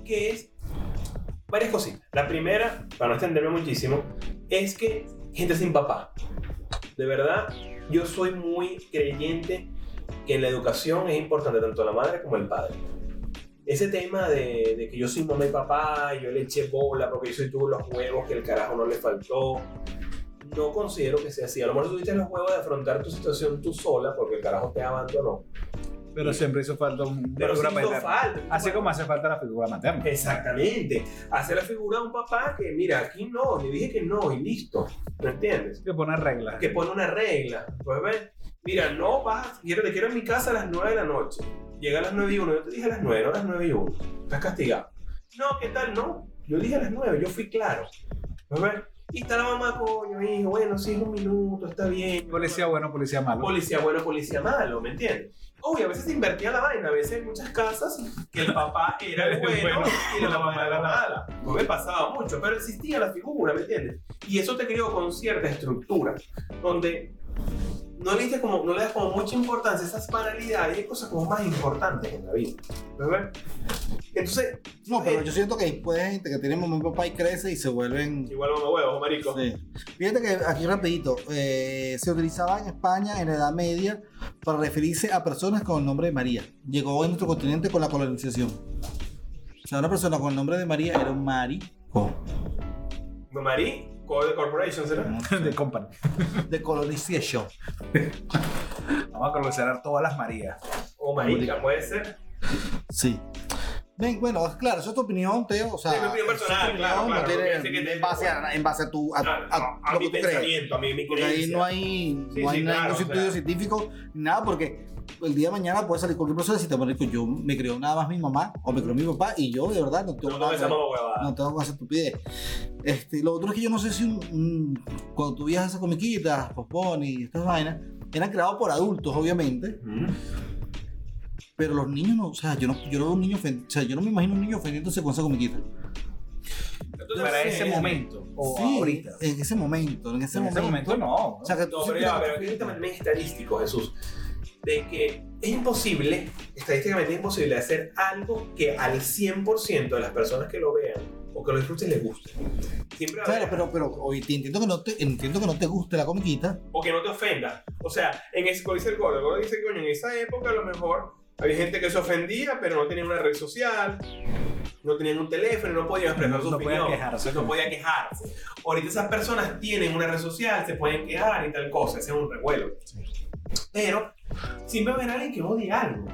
S6: Que es varias cositas. La primera, para no extenderme muchísimo, es que gente sin papá. De verdad, yo soy muy creyente que en la educación es importante tanto la madre como el padre. Ese tema de, de que yo soy mamá y papá, yo le eché bola porque yo soy tuvo los huevos que el carajo no le faltó, no considero que sea así. A lo mejor tuviste los huevos de afrontar tu situación tú sola porque el carajo te abandonó.
S1: Pero siempre hizo falta un-
S6: Pero
S1: una
S6: sí hizo
S1: paterna.
S6: falta. pues. Eh,
S1: Así como hace falta la figura materna.
S6: Exactamente. Hacer la figura de un papá que, mira, aquí no, le dije que no y listo. ¿Me entiendes?
S1: Que poner reglas.
S6: Que pone una regla. Pues ven, mira, no vas, quiero, te quiero en mi casa a las 9 de la noche. Llega a las 9 y 1, yo te dije a las 9, no a las 9 y 1. Estás castigado. No, ¿qué tal? No, yo dije a las 9, yo fui claro. Pues ven, y está la mamá, coño, hijo, bueno, sí, es un minuto, está bien.
S1: Policía bueno, policía malo.
S6: policía bueno, policía malo, ¿me entiendes? Uy, a veces se invertía la vaina, a veces en muchas casas que el papá era el bueno,
S10: Bueno,
S6: y la mamá era la mala. No me pasaba mucho, pero existía la figura, ¿me entiendes? Y eso te creó con cierta estructura, donde no le, diste como, no le das como mucha importancia a esas banalidades, hay cosas como más importantes en la vida. ¿verdad? Entonces,
S5: No, pero yo siento que después hay gente que tiene mamá y papá y crece y se vuelven.
S6: igual mamá huevos, marico.
S5: Sí. Fíjate que aquí rapidito, eh, se utilizaba en España en la Edad Media para referirse a personas con el nombre de María. Llegó a nuestro continente con la colonización. O sea, una persona con el nombre de María era un marico.
S6: Marí, Co- Corporation, ¿será?
S1: *laughs* de company.
S5: De colonización.
S1: Vamos a coleccionar todas las Marías.
S6: O marica, puede ser.
S5: Sí. Ven, bueno, claro, eso es tu opinión, Teo. O sea,
S6: Sí, mi opinión
S5: es tu
S6: personal, claro,
S5: no
S6: claro,
S5: tiene-
S6: porque sé que te-
S5: en, base a, en base a tu a,
S6: Claro,
S5: a
S6: Ah, a
S5: lo
S6: mi
S5: que tú crees.
S6: pensamiento, a mi, mi
S5: Porque ahí
S6: creencia.
S5: no hay, no
S6: Sí,
S5: hay
S6: sí,
S5: nada,
S6: claro,
S5: ningún
S6: o
S5: estudio
S6: sea.
S5: científico, ni nada, porque el día de mañana puede salir cualquier persona y decirte, "Marico, yo me creo nada más mi mamá o me creo mi papá y yo de verdad no tengo
S6: No, no,
S5: nada que
S6: esa
S5: ver".
S6: mamá huevada.
S5: No tengo que hacer estupidez. Este, lo otro es que yo no sé si un- un- cuando tú viajas a esas comiquitas, popón y estas vainas, eran creados por adultos, obviamente, pero los niños no, o sea, yo no, yo no veo un niño ofen- o sea, yo no me imagino un niño ofendiéndose con esa comiquita.
S6: Entonces,
S1: Para
S6: sí,
S1: ese
S6: es-
S1: momento. O
S5: Sí,
S1: ahorita.
S5: En ese momento, en ese,
S1: en
S5: momento.
S1: ese momento no.
S5: O sea, que tú
S6: No, pero
S5: sientes
S6: ya,
S5: que-
S6: pero aquí hay un tema también estadístico, Jesús, de que es imposible, estadísticamente es imposible hacer algo que al 100% de las personas que lo vean o que lo disfruten les guste. Siempre va a
S5: Claro,
S6: haber-
S5: pero, pero oye, te entiendo que no te entiendo que no te guste la comiquita.
S6: O que no te ofenda. O sea, en ese, como dice el gordo, el gordo dice, coño, en esa época a lo mejor había gente que se ofendía, pero no tenía una red social, no tenían un teléfono, no podían expresar su
S1: No podían
S6: opinión.
S1: quejarse.
S6: No podía quejarse. Ahorita esas personas tienen una red social, se pueden quejar y tal cosa, ese es un revuelo. Pero siempre va a haber alguien que odie algo.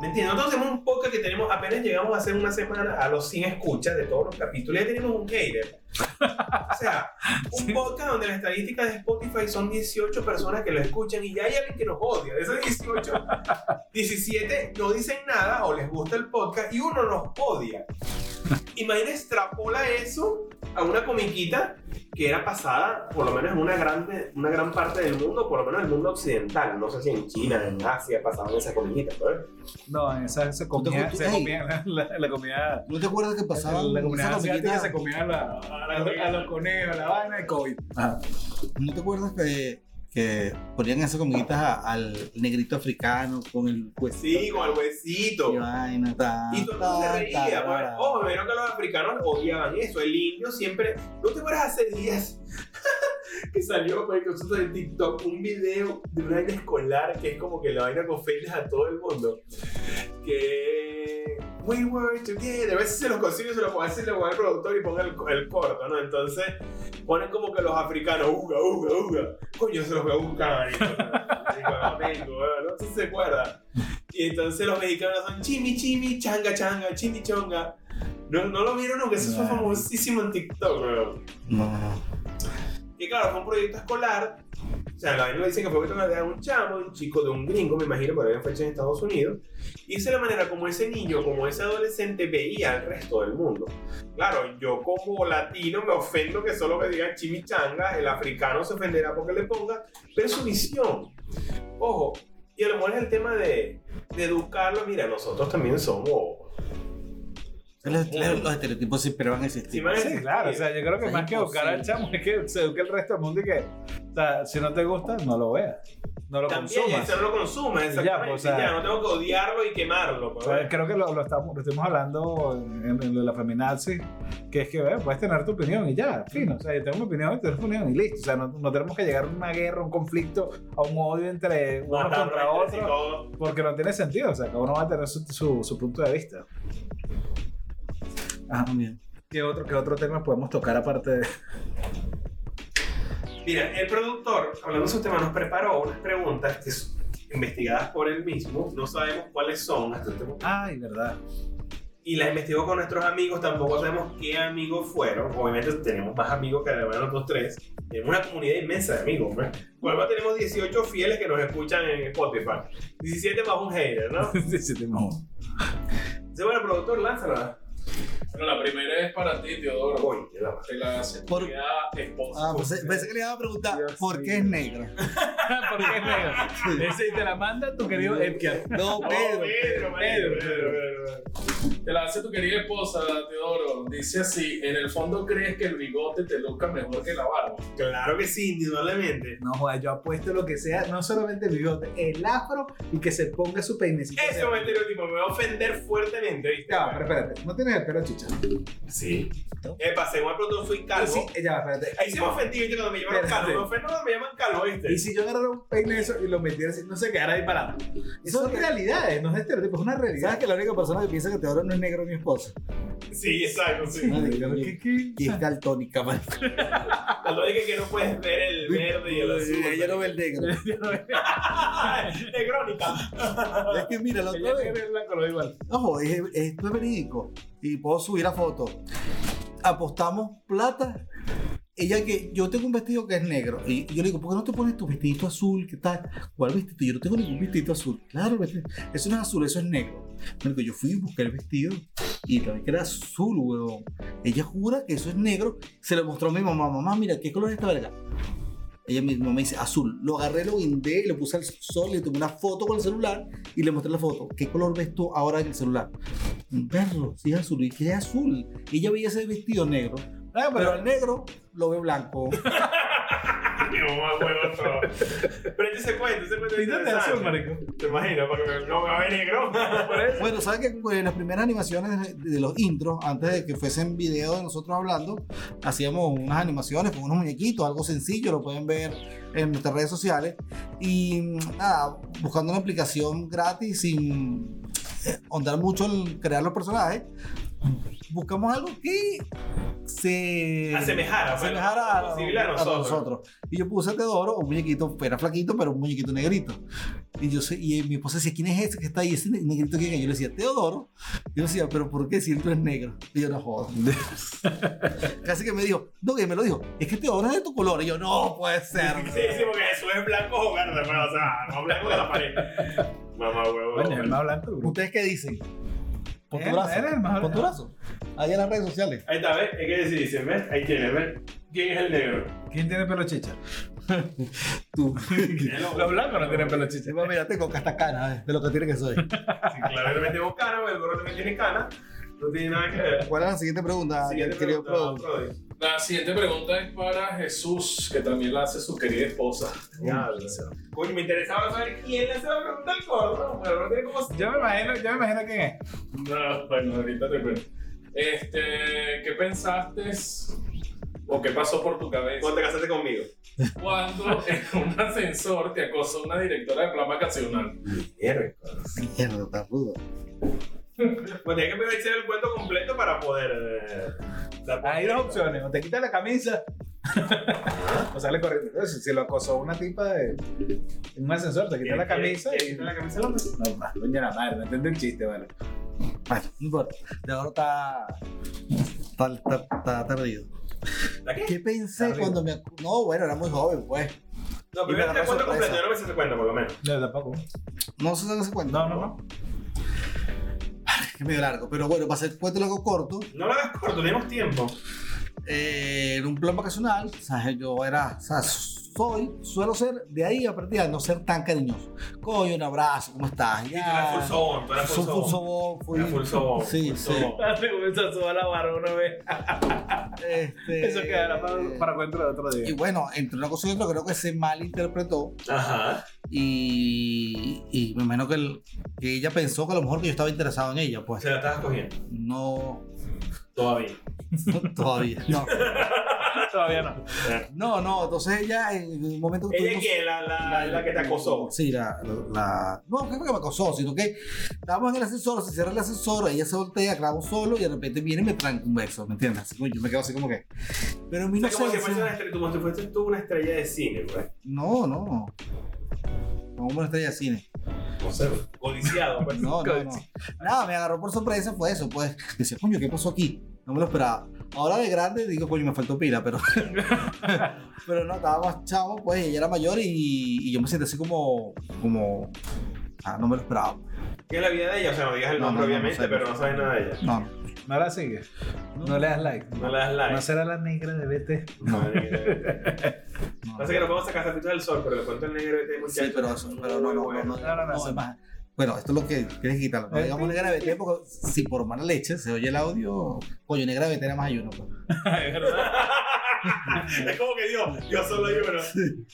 S6: ¿Me entiendes? Nosotros tenemos un podcast que tenemos, apenas llegamos hace una semana a los 100 escuchas de todos los capítulos y ya tenemos un hater. O sea, un podcast donde las estadísticas de Spotify son 18 personas que lo escuchan y ya hay alguien que nos odia. De esos *laughs* 18, 17 no dicen nada o les gusta el podcast y uno nos odia. Imagina, extrapola eso a una comiquita que era pasada, por lo menos en una, grande, una gran parte del mundo, por lo menos en el mundo occidental. No sé si en China, en Asia pasaban esas comiquitas, ¿verdad?
S1: No, en esa se comía,
S5: Tú-
S1: se
S5: ey.
S1: comía la, la, la comida.
S5: ¿No te acuerdas que pasaba
S1: la comunidad
S5: esa
S1: asiática se
S5: comiquita?
S1: comía a, la- a la- a los conejos, la vaina de COVID.
S5: ¿No te acuerdas que, que ponían esas comiquitas a- al negrito africano con el huesito?
S6: Sí, con el huesito.
S5: Y vaina, ta,
S6: Y todo el mundo
S5: ta,
S6: se reía,
S5: ta,
S6: pues.
S5: ta.
S6: Ojo, me vieron que los africanos odiaban eso. El indio siempre. ¿No te acuerdas hace días *laughs* que salió por nosotros de TikTok un video de una vaina escolar que es como que la vaina que ofendes a todo el mundo? Que. We were together. A veces se los consigue y se los pone se los pone al productor y ponga el, el corto, ¿no? Entonces ponen como que los africanos, uga, uga, uga. Coño, se los voy a buscar, marico. Digo, no tengo, weón, no sé si se acuerdan. Y entonces los mexicanos son chimi chimi, changa changa, chimichonga. No, no lo vieron, aunque eso fue
S3: No.
S6: famosísimo en TikTok, weón.
S3: No, no, no.
S6: que claro, fue un proyecto escolar. O sea, la vaina dice que fue una de un chamo, de un chico, de un gringo, me imagino, porque había fecha en Estados Unidos. Y esa es la manera como ese niño, como ese adolescente veía al resto del mundo. Claro, yo como latino me ofendo que solo me digan chimichanga, el africano se ofenderá porque le ponga, pero es su visión. Ojo, y a lo mejor es el tema de, de educarlo. Mira, nosotros también somos.
S3: Los, los- los estereotipos siempre van a
S6: Sí,
S3: existir.
S6: van a
S1: Sí,
S6: existir.
S1: claro, o sea, yo creo que
S3: Es
S1: más que buscar al
S3: imposible.
S1: chamo es que se eduque el resto del mundo y que, o sea, si no te gusta, no lo veas, no lo
S6: También,
S1: consumas.
S6: eso no lo consumes,
S1: Ya, pues,
S6: exactamente. Ya,
S1: o sea-
S6: no tengo que odiarlo y quemarlo.
S1: O
S6: pues,
S1: sea, creo que lo, lo estamos, lo estuvimos hablando en, en lo de la feminazi, que es que bueno, puedes tener tu opinión y ya, fino. O sea, yo tengo mi opinión y tú tienes tu opinión y listo. O sea, no, no tenemos que llegar a una guerra, un conflicto, a un odio entre uno
S6: Matarlo
S1: contra
S6: entre sí,
S1: otro,
S6: todo.
S1: porque no tiene sentido. O sea, cada uno va a tener su, su, su punto de vista. Ah,
S3: Ajá, muy bien.
S1: ¿Qué otro, qué otro tema podemos tocar aparte de.?
S6: Mira, el productor, hablando de esos temas, nos preparó unas preguntas que son investigadas por él mismo, no sabemos cuáles son hasta este momento,
S1: Ay, verdad. *laughs*
S6: y las investigó con nuestros amigos, tampoco sabemos qué amigos fueron, obviamente tenemos más amigos que además nosotros tres, tenemos una comunidad inmensa de amigos, ¿no? Por lo menos tenemos 18 fieles que nos escuchan en Spotify, 17 más un hater, ¿no?
S1: sí, sí, tenemos.
S6: Dice, bueno, productor, lánzala.
S11: Bueno, la primera es para ti, Teodoro.
S6: Coño, la madre.
S11: De la
S3: Por-
S11: seguridad
S5: pues,
S11: esposa.
S3: Ah, pensé, pensé que le iba a preguntar
S1: Dios
S3: por
S1: mío.
S3: qué es negro.
S1: *laughs*
S6: *laughs*
S1: ¿Por qué es negro? Ese te la manda tu querido Edgar.
S3: No,
S6: Oh,
S3: Pedro.
S6: Pedro, Pedro, Pedro, Pedro.
S11: Te la hace tu querida esposa, Teodoro. Dice así: En el fondo crees que el bigote te luzca mejor que la barba.
S6: Claro que sí, indudablemente.
S1: No, joda, yo apuesto lo que sea, no solamente el bigote, el afro y que se ponga su peinecito.
S6: Ese es un estereotipo, me va a ofender fuertemente, ¿viste?
S1: Ya va, pero espérate, no tienes el pelo chicha.
S6: Sí. Epa, según el productor soy calvo.
S1: Sí, eh, ya va, espérate.
S6: Ahí se me ofendí, ¿viste? Cuando me llamaron
S1: Espérate.
S6: calvo. Me ofendo cuando me llaman calvo, ¿viste?
S1: Y si yo agarrara un peine de eso y lo metiera así, no se quedara ahí parado. Son realidades, no es estereotipo, es una
S3: ¿Sabes
S1: realidad.
S3: que la única persona que piensa que Teodoro no es negro es mi esposa?
S6: Sí, exacto, sí.
S3: Ay, Dios mío.
S1: ¿Qué, qué?
S3: Y *laughs* es daltónica, man.
S6: Cuando dije que no puedes ver el verde y el azul. Ah,
S3: Ella no ve el negro.
S6: De crónica.
S3: Es que mira, la otra
S1: Ella
S3: vez.
S1: tiene el blanco, lo igual.
S3: Ojo, es, esto es verídico. Y puedo subir la foto. Apostamos plata. Ella que yo tengo un vestido que es negro. Y yo le digo, ¿por qué no te pones tu vestidito azul? ¿Qué tal? ¿Cuál vestido? Yo no tengo ningún vestido azul. Claro, el vestido- eso no es azul, eso es negro. Marico, yo fui y busqué el vestido y también que era azul, weón. Ella jura que eso es negro. Se lo mostró a mi mamá. Mamá, mira, ¿qué color es esta verga? Ella misma me dice azul. Lo agarré, lo guindé, lo puse al sol, le tomé una foto con el celular y le mostré la foto. ¿Qué color ves tú ahora en el celular? Un perro, sí es azul. ¿Y qué es azul? Ella veía ese vestido negro,
S1: Ah,
S3: pero al negro lo ve blanco.
S6: Ah, Mi mamá, huevo, todo. Pero este se cuenta, ese cuento es
S1: Píntate de azul,
S6: interesante.
S1: marico.
S6: Te imagino, porque me- no me va a ver negro.
S3: Bueno, ¿sabes que en las primeras animaciones de de los intros, antes de que fuesen video de nosotros hablando, hacíamos unas animaciones con unos muñequitos, algo sencillo, lo pueden ver en nuestras redes sociales. Y mm, nada, buscando una aplicación gratis sin eh, ahondar mucho en crear los personajes, buscamos algo que se
S6: Asemejara, Ah, bueno,
S3: asemejara a,
S6: posible a
S3: a
S6: nosotros.
S3: Y yo puse a Teodoro, un muñequito, era flaquito, pero un muñequito negrito. Y yo sé, y mi esposa decía, ¿quién es ese que está ahí? Ese ne- negrito que yo le decía, Teodoro. Y yo decía, ¿pero por qué si él no es negro? Y yo no jodo.
S6: *laughs*
S3: Casi que me dijo, no, que me lo dijo, es que Teodoro es de tu color. Y yo, no puede ser.
S6: Sí, sí, porque Jesús es blanco o verde, pero, o sea, más blanco que la pared. Mamá, huevo.
S1: Coño, el más blanco del grupo.
S3: ¿Ustedes qué dicen? Pon tu
S1: Él-
S3: brazo.
S1: él es el más
S3: Pon tu
S1: blanco.
S3: brazo. Allá en las redes sociales.
S6: Ahí está, ¿ves? Hay que decir, dicen, ¿ves? Ahí tienes, ¿ves? ¿Quién es el negro?
S1: ¿Quién tiene pelo chicha?
S3: Tú.
S1: Los blancos no tienen pelo chicha.
S3: Encima, mira, tengo hasta canas, eh, de lo que tiene que soy.
S6: Sí, claro, yo le metemos cana, güey, el gorro también tiene cana. No tiene nada que ver.
S3: ¿Cuál es la siguiente pregunta,
S6: Siguiente
S3: querido
S6: pregunta,
S3: productor?
S6: Prodi.
S11: La siguiente pregunta es para Jesús, que también la hace su querida esposa. *laughs*
S6: Coño, me interesaba saber quién le hace la pregunta al gordo. Pero no tiene como.
S1: Yo me imagino, yo me imagino quién es.
S11: No, bueno, ahorita te cuento. Este, ¿qué pensaste o qué pasó por tu cabeza
S6: Cuando te casaste conmigo.
S11: cuando en un ascensor te acosó una directora de plan vacacional?
S6: Mierda.
S3: Mierda, tan rudo.
S6: Pues tenía que echar el cuento completo para poder. eh, dar-
S1: Hay dos opciones, o te quitas la camisa *laughs* o sale corriendo. Pero Si, si lo acosó una tipa de en un ascensor, te quitas la camisa
S6: ¿Quieres-
S1: y...
S6: quieres quitar la camisa al hombre?
S1: No, ma, coño la madre, no entiendo el chiste, vale.
S3: Bueno, no importa. De ahora está. Está, está, está, está perdido.
S6: ¿La qué?
S3: ¿Qué pensé
S1: Está
S3: cuando me. ac- No, bueno, era muy joven, pues.
S6: No,
S3: Y me
S6: pero
S3: agarró
S6: te cuento
S3: sorpresa.
S6: completo, yo no me se cuenta por lo menos.
S1: No, tampoco.
S3: No se saca ese cuento.
S1: No, no, no.
S3: Es medio largo, pero bueno, para hacer cuento largo corto,
S6: No lo hagas corto, tenemos tiempo.
S3: eh, en un plan vacacional, ¿sabes? yo era, ¿sabes? soy, suelo ser, de ahí aprendí a no ser tan cariñoso. Coño, un abrazo, ¿cómo estás?
S6: Y tú eras full sobón, tú eras full
S3: Soy full
S6: sobón.
S3: sobón, fui-
S6: Era full sobón.
S3: Sí,
S6: full
S3: sí.
S6: sobón.
S12: Me comenzó a sobar la barba una vez.
S1: *laughs*
S3: Este,
S1: Eso quedará para, para cuento de otro
S3: Y
S1: día.
S3: bueno, entre una cosa y otra creo que se malinterpretó
S6: Ajá.
S3: y, y me imagino que, el- que ella pensó que a lo mejor que yo estaba interesado en ella, pues
S6: Se la estabas cogiendo.
S3: no,
S6: Todavía.
S3: no, todavía, no.
S1: Todavía no.
S3: No, no, entonces ella en un momento que
S6: ¿Ella
S3: tuvimos-
S6: quién? La, la, la que te acosó.
S3: Sí, la, la... No, creo que me acosó, sino que estábamos en el ascensor, se cierra el ascensor, ella se voltea, grabo solo y de repente viene y me tranca un beso, ¿me entiendes? Así, coño, yo me quedo así como que... Pero mi
S6: O sea, como si fuese una
S3: inocencia...
S6: estrella, como si fuese tú una estrella de cine, pues. güey.
S3: No, no. No, una estrella de cine.
S6: O sea, codiciado, pues.
S3: No, no, no. Nada, me agarró por sorpresa, fue eso, pues. Decía, coño, ¿qué pasó aquí? No me lo esperaba. Ahora de grande digo, coño, me faltó pila,
S6: *laughs*
S3: pero. pero no, estaba más chavo, pues, y ella era mayor y, y yo me sentí así como. como. Ah, no me lo esperaba.
S6: ¿Qué es la vida de ella? O sea, no digas el
S3: No,
S6: nombre,
S3: no, no,
S6: obviamente,
S3: no sé.
S6: pero no sabes nada de ella.
S3: No, no.
S1: No la sigues. No le das like.
S6: No le das like.
S1: No será la negra de *laughs* BT.
S3: No.
S6: Pasa
S3: *laughs* no.
S6: que nos vamos a sacar capítulo del sol, pero le cuento el negro este muchacho.
S3: Sí, pero eso, pero no, no, no,
S1: No,
S3: no,
S1: no, no,
S3: no,
S1: sí.
S3: es más. Bueno, esto es lo que tienes que quitarlo. No
S1: Eh,
S3: digamos negra BT porque si por mala leche se oye el audio, coño, negra BT era más ayuno. Pues.
S11: Es verdad.
S6: es como que Dios, yo solo hay uno.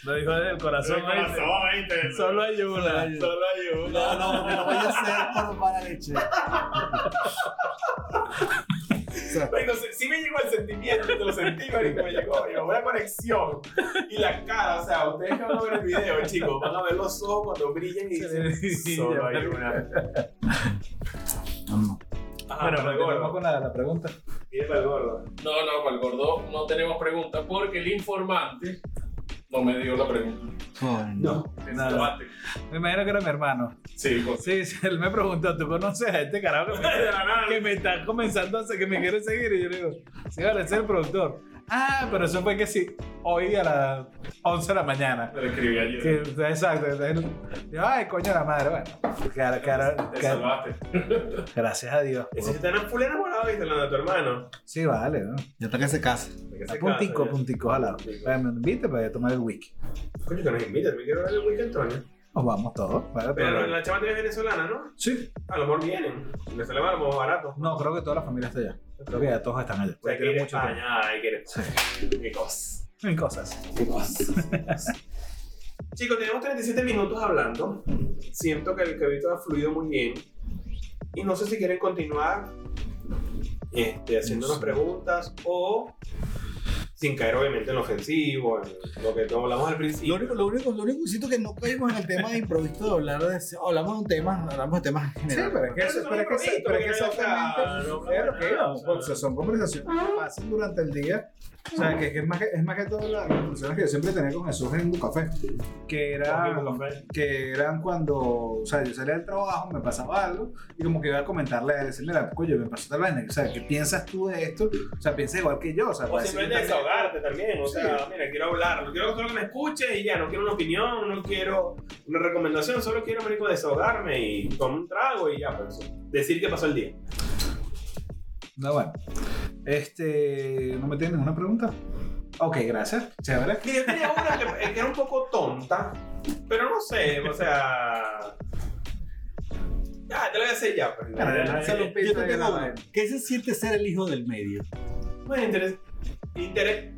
S1: Lo dijo desde el corazón.
S6: Solo hay
S1: ¿oíste?
S6: uno.
S1: Solo hay una.
S6: Solo hay uno.
S3: No, no, porque lo voy a hacer por mala leche. *laughs* O sea,
S6: Marico, sí sí me llegó el sentimiento, te lo sentí, marico, me llegó, me llegó una conexión. Y la cara, o sea, ustedes que van a ver el video, chicos, van a ver los ojos cuando brillan y dicen, solo hay una.
S3: no, no.
S6: Ajá,
S1: Ah, Bueno,
S6: para el
S1: continuamos
S6: gordo.
S1: con la, la pregunta.
S6: Viene para el gordo.
S11: No, no, para el gordo no tenemos pregunta porque el informante no me dio la pregunta.
S3: Coño.
S11: Es
S1: Nada.
S11: debate.
S1: Me imagino que era mi hermano.
S11: Sí, pues.
S1: Sí, sí, él me preguntó, ¿tú conoces a este carajo que me,
S6: De la nada.
S1: que me está comenzando a hacer, que me quiere seguir? Y yo le digo, sí, vale, ese es el productor. Ah, pero eso fue que sí, hoy a las 11 de la mañana.
S11: Te lo escribí ayer.
S1: Sí, exacto. Entonces, Digo, ay, coño la madre, bueno. Cara, cara,
S11: Te
S1: cara-
S11: salvaste.
S1: gracias a Dios.
S6: Ese está en full enamorado, viste, lo de tu hermano.
S1: Sí, vale, ¿no?
S3: Ya está que se casa.
S6: Porque
S1: A
S6: se
S1: puntico, a
S6: casa,
S1: puntico, ojalá. Bueno, Viste para tomar el wiki.
S6: ya. Coño, que nos invita, me quiero ver el weekend, Antonio.
S1: Nos vamos todos. ¿vale?
S6: Pero la chava también es venezolana, ¿no?
S1: Sí.
S6: A lo mejor vienen. Les sale más, a lo mejor barato.
S1: No, creo que toda la familia está allá. Creo que ya todos están allá.
S6: O sea,
S1: Porque
S6: hay que ir
S1: tienen
S6: a
S1: mucho tiempo.
S6: España, hay que ir a España. Qué cosa.
S1: Mil cosas.
S6: Chicos, tenemos 37 minutos hablando. Siento que el cabito ha fluido muy bien. Y no sé si quieren continuar este, haciéndonos
S3: Sí.
S6: preguntas o sin caer obviamente en lo ofensivo, en lo que hablamos al
S3: Lo
S6: principio.
S3: único, lo único, lo único que siento que no caímos en el tema de improviso de hablar de ese- hablamos de un tema, hablamos de temas
S1: Sí,
S3: generales.
S1: pero es que eso, pero es que, esa- pero es que exactamente es lo que íbamos, o sea, son conversaciones que pasan durante el día. O sea, que que es más que, es más que todo las conversaciones que yo siempre tenía con Jesús en un café, que era que eran cuando, o sea, yo salía del trabajo, me pasaba algo y como que iba a comentarle a él, decirle, "Mira, coño, me pasó tal vaina, o sea, ¿qué piensas tú de esto? O sea, piensa igual que yo, o sea,
S6: O
S1: para
S6: simplemente
S1: decirle Pues también-
S6: desahogarte también. O sea, mira, quiero hablar, no quiero que solo me escuche y ya, no quiero una opinión, no quiero una recomendación, solo quiero, marico, desahogarme y tomar un trago y ya, pero eso. Decir que pasó el día.
S1: No, bueno. Este, ¿no me tienen ninguna pregunta? Ok, gracias. Chévere.
S6: Mira, yo tenía una que, que era un poco tonta, pero no sé, o sea. Ah, te lo voy a hacer ya, pues.
S1: Lánzalo,
S3: Yo
S1: pito,
S3: te
S1: y la
S3: tengo una.
S1: vaina.
S3: ¿Qué se siente ser el hijo del medio?
S6: Bueno, interés. Interés.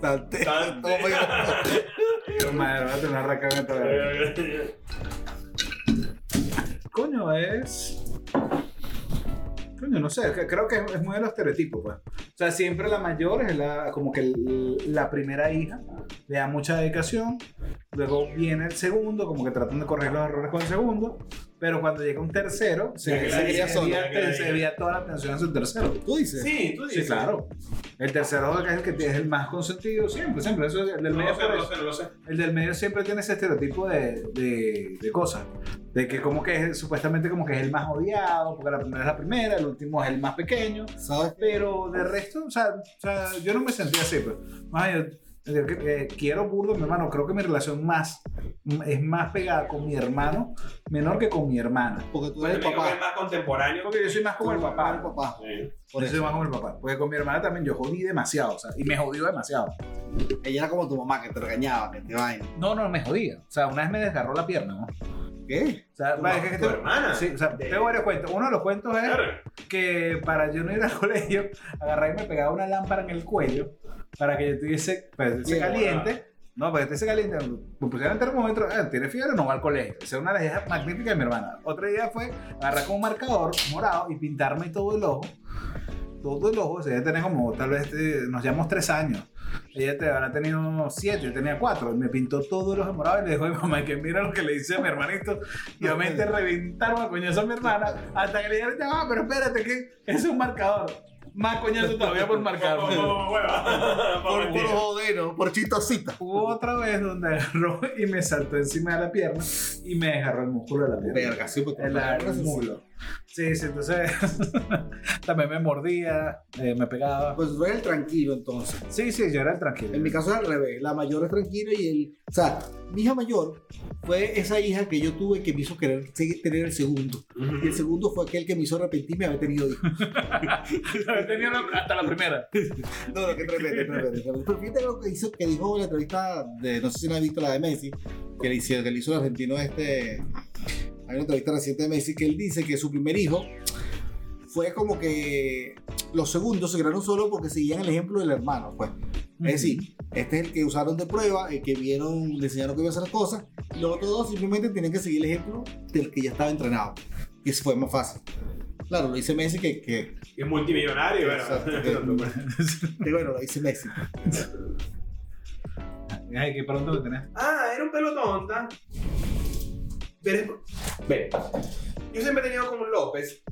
S3: Tante-
S6: Tante.
S3: todo muy gracioso.
S1: Madre, voy a tener recarga
S3: *laughs*
S1: todavía. Coño, es. Coño, no sé, que- creo que es es muy el estereotipo, pues. O sea, siempre la mayor es la, como que el- la primera hija, le da mucha dedicación, luego viene el segundo, como que tratan de corregir los errores con el segundo, pero cuando llega un tercero, se,
S6: Ya que
S1: se,
S6: la
S1: se,
S6: guía sola,
S1: desvía-
S6: ya que la
S1: se
S6: guía.
S1: desvía toda la atención a su tercero.
S3: ¿Tú dices?
S6: Sí, tú dices.
S1: Sí, claro. El tercer ojo que es el que tiene- es el más consentido siempre, siempre. Eso es el del
S6: No
S1: medio.
S6: lo sé,
S1: por
S6: no lo
S1: eso.
S6: sé, no lo sé.
S1: El del medio siempre tiene ese estereotipo de, de, de cosas. De que como que es, supuestamente como que es el más odiado, porque la primera es la primera, el último es el más pequeño.
S3: ¿Sabes?
S1: Pero de resto, o sea, o sea, yo no me sentí así. Pues. Más yo, yo que- eh, quiero burdo, mi hermano. Creo que mi relación más es más pegada con mi hermano menor que con mi hermana.
S3: Porque tú
S6: Bueno,
S3: eres
S6: me
S3: el
S6: digo que es
S3: papá.
S6: más contemporáneo.
S1: Porque yo soy más como el
S3: Tú eres
S1: papá.
S3: el papá.
S6: Sí.
S3: Por
S1: yo soy
S3: eso.
S1: más como el papá. Porque con mi hermana también yo jodí demasiado, o sea, y me jodió demasiado.
S3: Ella era como tu mamá que te regañaba, que te vaina.
S1: No, no, me jodía. O sea, una vez me desgarró la pierna, ¿no?
S3: ¿Qué?
S1: O sea,
S6: Tu
S1: vale,
S6: ma-
S1: es que
S6: tu
S1: tengo-
S6: hermana.
S1: Sí, o sea,
S6: De-
S1: tengo varios cuentos. Uno de los cuentos es
S6: Claro.
S1: que para yo no ir al *laughs* colegio, agarré y me pegaba una lámpara en el cuello para que yo tuviese, para que estuviese
S3: Bien,
S1: caliente. No, para que estuviese caliente, me pusieron el termómetro, ah, tiene fiebre, no va al colegio. Esa es una de las ideas magníficas de mi hermana. Otra idea fue agarrar con un marcador morado y pintarme todo el ojo. Todo el ojo, o sea, ella tenía como, tal vez eh, nos llamamos tres años. Ella te habrá tenido unos siete, yo tenía cuatro. Y me pintó todo el ojo morado y le dijo a mi mamá que mira lo que le hice a mi hermanito. Y obviamente reventaron a coñazo a mi hermana hasta que le dijeron, ya va, pero espérate que es un marcador. Más coñazo todavía por
S6: Como-
S1: marcador.
S6: como hueva.
S1: *laughs*
S6: Como
S3: Por, por
S6: mentira.
S3: jodero, por chistosita.
S1: Hubo otra vez donde agarró y me saltó encima de la pierna y me desgarró el músculo de la pierna.
S3: Verga, sí, pues, porque
S1: El, el muslo. Sí, sí, entonces *laughs* también me mordía, eh, me pegaba.
S3: Pues tú eres el tranquilo entonces.
S1: Sí, sí, yo era el tranquilo.
S3: En mi caso es al revés, la mayor es tranquila y el... O sea, mi hija mayor fue esa hija que yo tuve que me hizo querer seguir- tener el segundo. Y el segundo fue aquel que me hizo arrepentirme de haber tenido hijos.
S1: Tenía una- hasta la primera.
S3: No, no, que repete, repete, repete. Pero fíjate lo que hizo, que dijo en la entrevista de, no sé si la has visto, la de Messi, que le hizo, que le hizo el argentino este. Hay una entrevista reciente de Messi que él dice que su primer hijo fue como que los segundos se crearon solo porque seguían el ejemplo del hermano, pues. Es decir, este es el que usaron de prueba, el que vieron, le enseñaron que iba a hacer las cosas, y los otros dos simplemente tienen que seguir el ejemplo del que ya estaba entrenado. Y eso fue más fácil. Claro, lo dice Messi que, que
S6: Es multimillonario, bueno.
S3: Exacto.
S6: *laughs*
S3: Y bueno, lo dice Messi.
S1: *laughs* Ay, qué pronto lo tenés.
S6: Ah, era un pelo tonta. Pero es- Ven. Yo siempre he tenido como un López.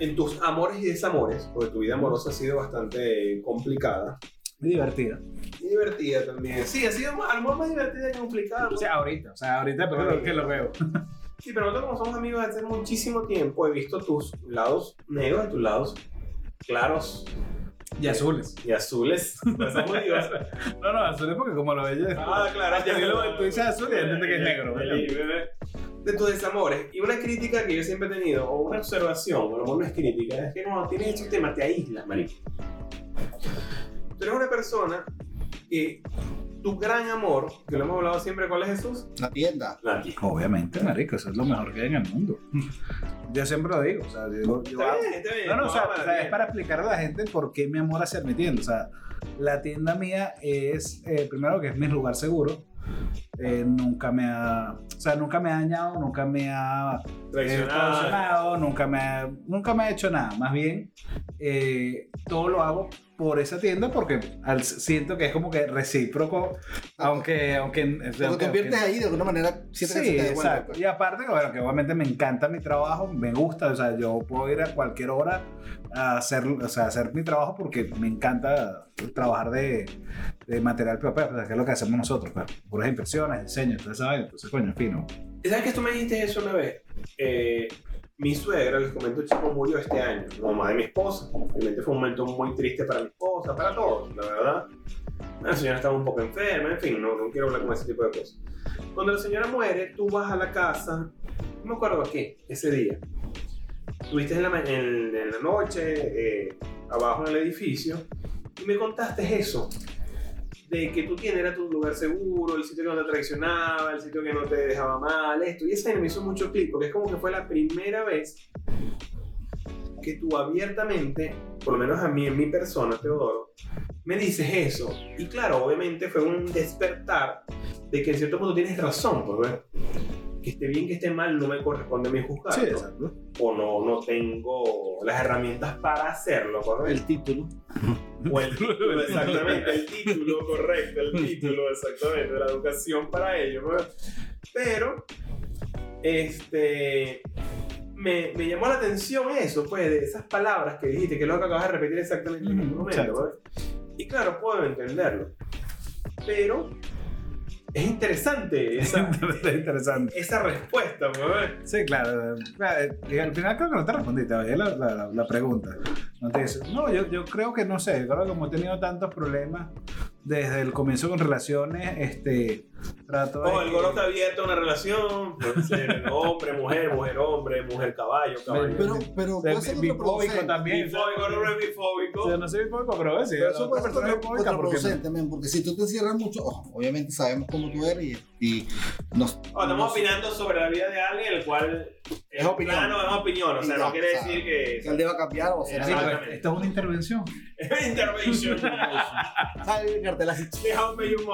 S6: En tus amores y desamores, porque tu vida amorosa ha sido bastante complicada.
S1: Muy divertido.
S6: Y divertida también. Sí, ha sido más- a lo mejor más divertida que complicada. ¿no?
S1: O sea, ahorita, o sea, ahorita, pero creo que lo *laughs* veo.
S6: Sí, pero nosotros como somos amigos desde hace muchísimo tiempo, he visto tus lados negros y tus lados claros
S1: Y azules.
S6: y azules. Pues somos amigos.
S1: No, no, azules porque como lo veía.
S6: Ah, claro.
S1: Ya vi lo- tú dices azul y entiende que es negro, ¿verdad?
S6: De tus desamores. Y una crítica que yo siempre he tenido, o una observación, o a lo mejor no es crítica, es que cuando tienes estos temas te aíslas, marico. Tú eres una persona que tu gran amor, que lo hemos hablado siempre, ¿cuál es Jesús?
S3: La tienda.
S6: Nadie.
S1: Obviamente, marico, eso es lo mejor que hay en el mundo. *laughs* Yo siempre lo digo, o sea, yo, yo
S6: Está bien, está Ah, bien.
S1: No, no, o sea,
S6: Vamos a
S1: o sea,
S6: hablar
S1: es para explicar a la gente por qué mi amor hacia mi tienda. O sea, la tienda mía es, eh, primero que es mi lugar seguro. Eh, nunca me ha, o sea, nunca me ha dañado, nunca me ha
S6: bien.
S1: eh,
S6: Traicionado.
S1: traicionado, nunca me ha, nunca me ha hecho nada. Más bien, eh, todo lo hago por esa tienda porque al- siento que es como que recíproco, aunque, aunque, o sea,
S3: Lo
S1: aunque-
S3: conviertes
S1: aunque-
S3: ahí de alguna manera,
S1: Sí,
S3: sientes que se te devuelve,
S1: exacto.
S3: pues.
S1: Y aparte, bueno, que obviamente me encanta mi trabajo, me gusta, o sea, yo puedo ir a cualquier hora a hacer, o sea, a hacer mi trabajo porque me encanta trabajar de, de material propio, pues, que es lo que hacemos nosotros, pues, puras impresiones, diseños, toda esa vaina. Entonces, coño, *laughs* fino.
S6: ¿Sabes que tú me dijiste eso una vez? Eh, mi suegra, les comento, chico, murió este año, la mamá de mi esposa. Obviamente fue un momento muy triste para mi esposa, para todos, la verdad. La señora estaba un poco enferma, en fin, no, no quiero hablar con ese tipo de cosas. Cuando la señora muere, tú vas a la casa, no me acuerdo a qué, ese día. Estuviste en la, ma- en, en la noche, eh, abajo en el edificio, y me contaste eso de que tu tienda era tu lugar seguro, el sitio que no te traicionaba, el sitio que no te dejaba mal, esto. Y esa vaina me hizo mucho clic, porque es como que fue la primera vez que tú abiertamente, por lo menos a mí, en mi persona, Teodoro, me dices eso. Y claro, obviamente fue un despertar de que en cierto punto tienes razón, pues, ¿ves? Que esté bien, que esté mal, no me corresponde a mí juzgar.
S1: Sí,
S6: ¿no?
S1: exacto.
S6: O no, no tengo las herramientas para hacerlo, ¿correcto?
S3: El título.
S6: O el título, exactamente, el título correcto, el título, exactamente, la educación para ellos. ¿no? Pero, este, me, me llamó la atención eso, pues, de esas palabras que dijiste, que es lo que acabas de repetir exactamente en el
S1: Ujú,
S6: momento, ¿vale? Y claro, puedo entenderlo. Pero es interesante
S3: *laughs*
S6: esa,
S1: Está interesante.
S6: esa respuesta, ¿vale?
S1: Sí, claro. Claro, eh, y al final creo que no te respondiste oye, la, la, la pregunta. No, te dice- no, yo, yo creo que no sé. Creo que como he tenido tantos problemas desde el comienzo con relaciones, este, trato de...
S6: O el gol está abierto a una relación, puede ser hombre, mujer, mujer, hombre, mujer, caballo, caballo.
S3: Pero, pero
S1: ser
S3: puede ser
S1: bifóbico
S3: contraproducente.
S1: también.
S6: Bifóbico, no es bifóbico.
S1: O sea, no soy bifóbico, pero eh, sí,
S3: Pero
S1: la
S3: eso
S1: otra
S3: puede ser
S1: persona es
S3: contra-
S1: bifóbica, ¿por qué no?
S3: contraproducente, men, porque si tú te encierras mucho, ojo, obviamente sabemos cómo tú eres y, y nos-
S6: O estamos
S3: nos-
S6: opinando sobre la vida de alguien, el cual
S3: Es opinión.
S6: plano es opinión, o sea, no
S3: Exacto,
S6: quiere
S3: o sea,
S6: decir que.
S3: que él deba cambiar o ser
S1: Sí,
S3: así.
S1: pero Esto es una intervención. *laughs*
S6: Intervention.
S3: Sale el cartel así.
S6: Déjame un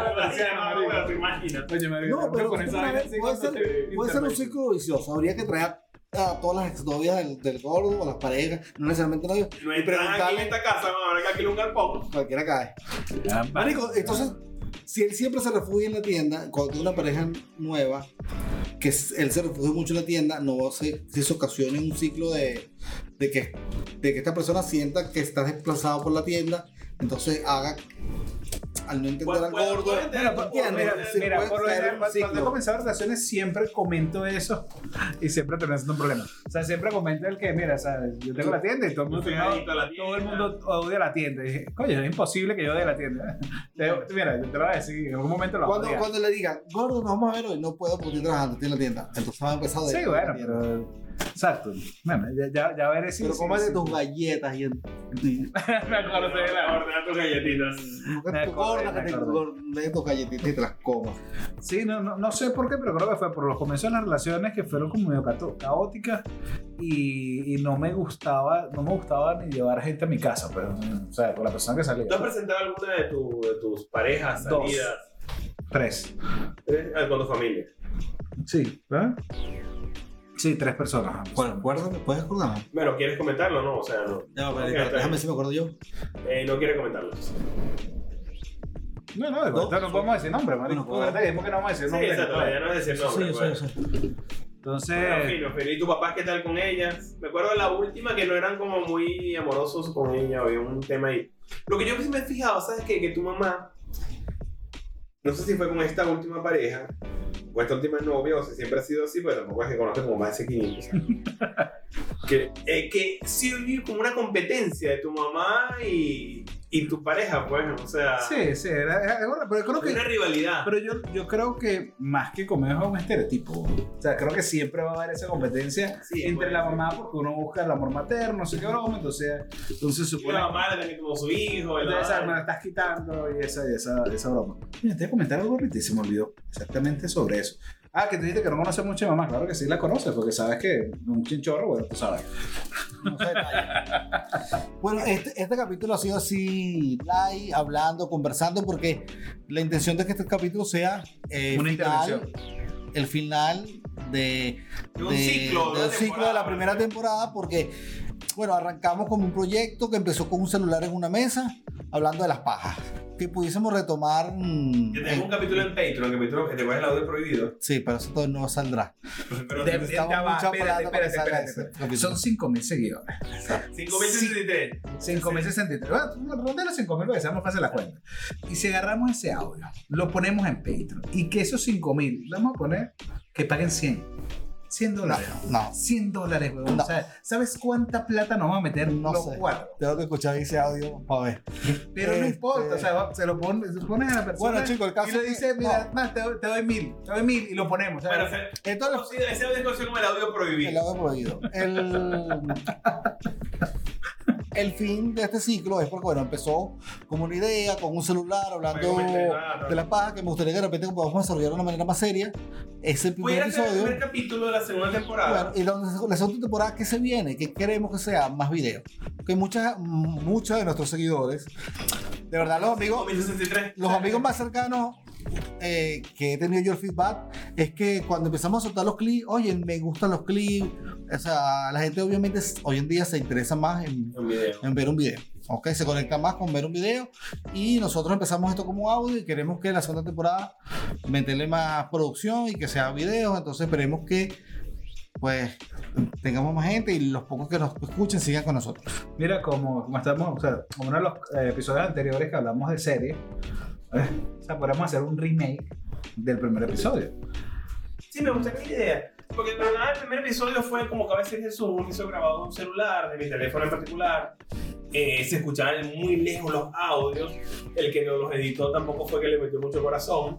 S6: modelo.
S11: te imaginas.
S1: Oye, me
S3: No, pero
S1: con esa vaina,
S3: puede
S1: sí,
S3: ser, puede
S1: cuando
S3: ser-
S1: te-
S3: puede ser un
S1: intervención.
S3: círculo vicioso. Habría que traer a todas las exnovias del, del gordo o las parejas, no necesariamente novios,
S6: No entran
S3: y
S6: aquí en
S3: preguntarle
S6: esta casa, vamos a ver que aquí hay un galpón.
S3: cualquiera cae.
S1: Ya,
S3: Marico, entonces, si él siempre se refugia en la tienda, cuando tiene una pareja nueva, que s- él se refugia mucho en la tienda, no va a ser que se ocasione un ciclo de, de, que, de que esta persona sienta que está desplazado por la tienda, entonces haga, al no entender
S6: Puede-
S3: al
S6: puede-
S3: gordo,
S6: puede tener-
S1: Mira, por,
S3: Entiendo,
S1: mira,
S3: sí,
S1: mira,
S3: puede
S1: por lo
S3: ser
S1: general,
S3: un
S1: cuando- cuando he
S3: ciclo.
S1: comenzado relaciones siempre comento eso y siempre termino siendo un problema. O sea, siempre comento el que, mira, ¿sabes? yo tengo la tienda y todo el
S6: Yo
S1: mundo,
S6: soy adicto a la tienda.
S1: todo el mundo odia la tienda. Y dije, coño, es imposible que yo odie la tienda. *laughs* Te- mira, yo te lo voy a decir, en algún momento lo
S3: cuando,
S1: odia.
S3: cuando le diga, gordo, nos vamos a ver hoy, no puedo porque estoy trabajando, estoy en la tienda. Entonces va a empezar a
S1: Sí,
S3: odiar
S1: bueno,
S3: la tienda.
S1: pero... Exacto. Bueno, ya, ya, ya veré si...
S3: Pero
S1: si-
S3: cómete
S1: si-
S3: tus galletas y el. y-
S1: Me acordé de la
S6: Ordena tus galletitas.
S1: *laughs* Me
S3: Porque tú
S1: acordé,
S3: gorda que
S1: me
S3: te
S1: acordé.
S3: gorda, tus galletitas y te las comas.
S1: Sí, no, no, no sé por qué, pero creo que fue por los comienzos de las relaciones que fueron como medio cato- caóticas y, y no me gustaba, no me gustaba ni llevar gente a mi casa, pero, o sea, con la persona que salía.
S6: ¿Tú has presentado alguna de, tu- de tus parejas,
S1: Dos.
S6: salidas,
S1: Tres.
S6: eh, con tu familia?
S1: Sí, ¿verdad? Sí, tres personas.
S3: Bueno, acuérdame, puedes acordarme.
S6: Bueno, ¿quieres comentarlo no? O sea, no.
S3: No,
S6: pero-
S3: déjame si me acuerdo yo.
S6: Eh, no quiere comentarlo.
S1: No, no, de
S3: Dos.
S1: verdad no podemos decir nombre, marico.
S3: Bueno, pues.
S1: Acuérdate que dijimos que no vamos a decir
S6: Sí,
S1: nombre.
S6: exacto, la idea no es decir nombre. pues. Bueno,
S1: Entonces,
S6: fino, fino. ¿Y tu papá qué tal con ella? Me acuerdo de la última que no eran como muy amorosos con ella, había un tema ahí. Lo que yo sí me he fijado, ¿sabes qué? Que tu mamá, no sé si fue con esta última pareja, o esta última novia, o si siempre ha sido así, pero tampoco es que conozca como más de 500. años.
S1: *laughs*
S6: que, eh, que sí hubo como una competencia de tu mamá y, y tu pareja, pues, o sea,
S1: sí, sí, era, era- era- pero creo que
S6: una rivalidad.
S1: Pero yo, yo creo que más que comer es un estereotipo. O sea, creo que siempre va a haber esa competencia
S6: Sí,
S1: entre
S6: puede
S1: la
S6: ser.
S1: mamá porque uno busca el amor materno, no sé qué broma, entonces, entonces
S6: Y
S1: supone
S6: la mamá la tenía como su hijo, y la
S1: entonces, esa, me
S6: vaina.
S1: la estás quitando y esa, y esa, esa broma. Mira, te voy a comentar algo ahorita y se me olvidó exactamente sobre eso. Ah, que tú dijiste que no conoces mucho a mamá. Claro que sí la conoces, porque sabes que un chinchorro, bueno, tú sabes.
S3: No sé detalle. Bueno, este, este capítulo ha sido así, live, hablando, conversando, porque la intención de que este capítulo sea eh,
S1: Una
S3: final, el final de,
S6: De un ciclo, de una
S3: de, un ciclo de
S6: temporada.
S3: la primera temporada, porque bueno, arrancamos con un proyecto que empezó con un celular en una mesa, hablando de las pajas, que pudiésemos retomar. mm,
S6: Que tenemos
S3: en-
S6: un capítulo en Patreon, que Patreon, que te pones el audio prohibido.
S3: sí, pero eso todo no saldrá.
S6: Pero
S1: De-
S3: Necesitamos
S1: ya va,
S3: mucha
S1: espérate,
S3: plata para
S1: espérate,
S3: que salga
S1: espérate,
S3: ese capítulo.
S1: Son 5.000 seguidores.
S6: 5.063.
S1: 5.063. Bueno, pues, ronda los 5.000 porque seamos fácil la cuenta. Y si agarramos ese audio, lo ponemos en Patreon y que esos 5.000, vamos a poner que paguen 100. 100 dólares.
S3: No.
S1: 100 dólares, huevón.
S3: No.
S1: O sea, ¿sabes cuánta plata nos va a meter?
S3: No
S1: los
S3: sé.
S1: cuatro.
S3: Tengo que escuchar ese audio para ver.
S1: Pero no
S3: Este-
S1: importa, o sea, va- se lo pon- se lo pones a la persona.
S3: Bueno, chicos, el caso
S1: Y le
S3: es que-
S1: dice, mira, más, te, doy- te doy mil, te doy mil y lo ponemos. o sea,
S6: Bueno, ese-
S3: Entonces,
S6: ese audio es conocido como el audio
S3: El
S6: prohibido.
S3: lado prohibido. El, el fin de este ciclo es porque, bueno, empezó como una idea, con un celular, hablando de las pajas, que me gustaría que de repente podamos desarrollar de una manera más seria. Es el primer
S6: Pudiera ser el
S3: episodio.
S6: primer capítulo de la segunda
S3: Bueno,
S6: temporada.
S3: y la, la segunda temporada que se viene, que queremos que sea más videos. Que muchas, muchos de nuestros seguidores, de verdad, los amigos,
S6: 5.063.
S3: los amigos más cercanos eh, que he tenido yo el feedback es que cuando empezamos a soltar los clips, oye, me gustan los clips. O sea, la gente obviamente s- hoy en día se interesa más en,
S6: Un video.
S3: en ver un video. ¿ok? Se conecta más con ver un video. Y nosotros empezamos esto como audio y queremos que la segunda temporada meterle más producción y que sea video. Entonces esperemos que pues tengamos más gente y los pocos que nos escuchen sigan con nosotros.
S1: Mira, como, como estamos, o sea, como uno de los eh, episodios anteriores que hablamos de series, eh, o sea, podemos hacer un remake del primer episodio.
S6: Sí, me gustaría la idea. Porque para nada el primer episodio fue como que a veces Jesús hizo grabado de un celular, de mi teléfono en particular. Eh, se escuchaban muy lejos los audios. El que no los editó tampoco fue que le metió mucho corazón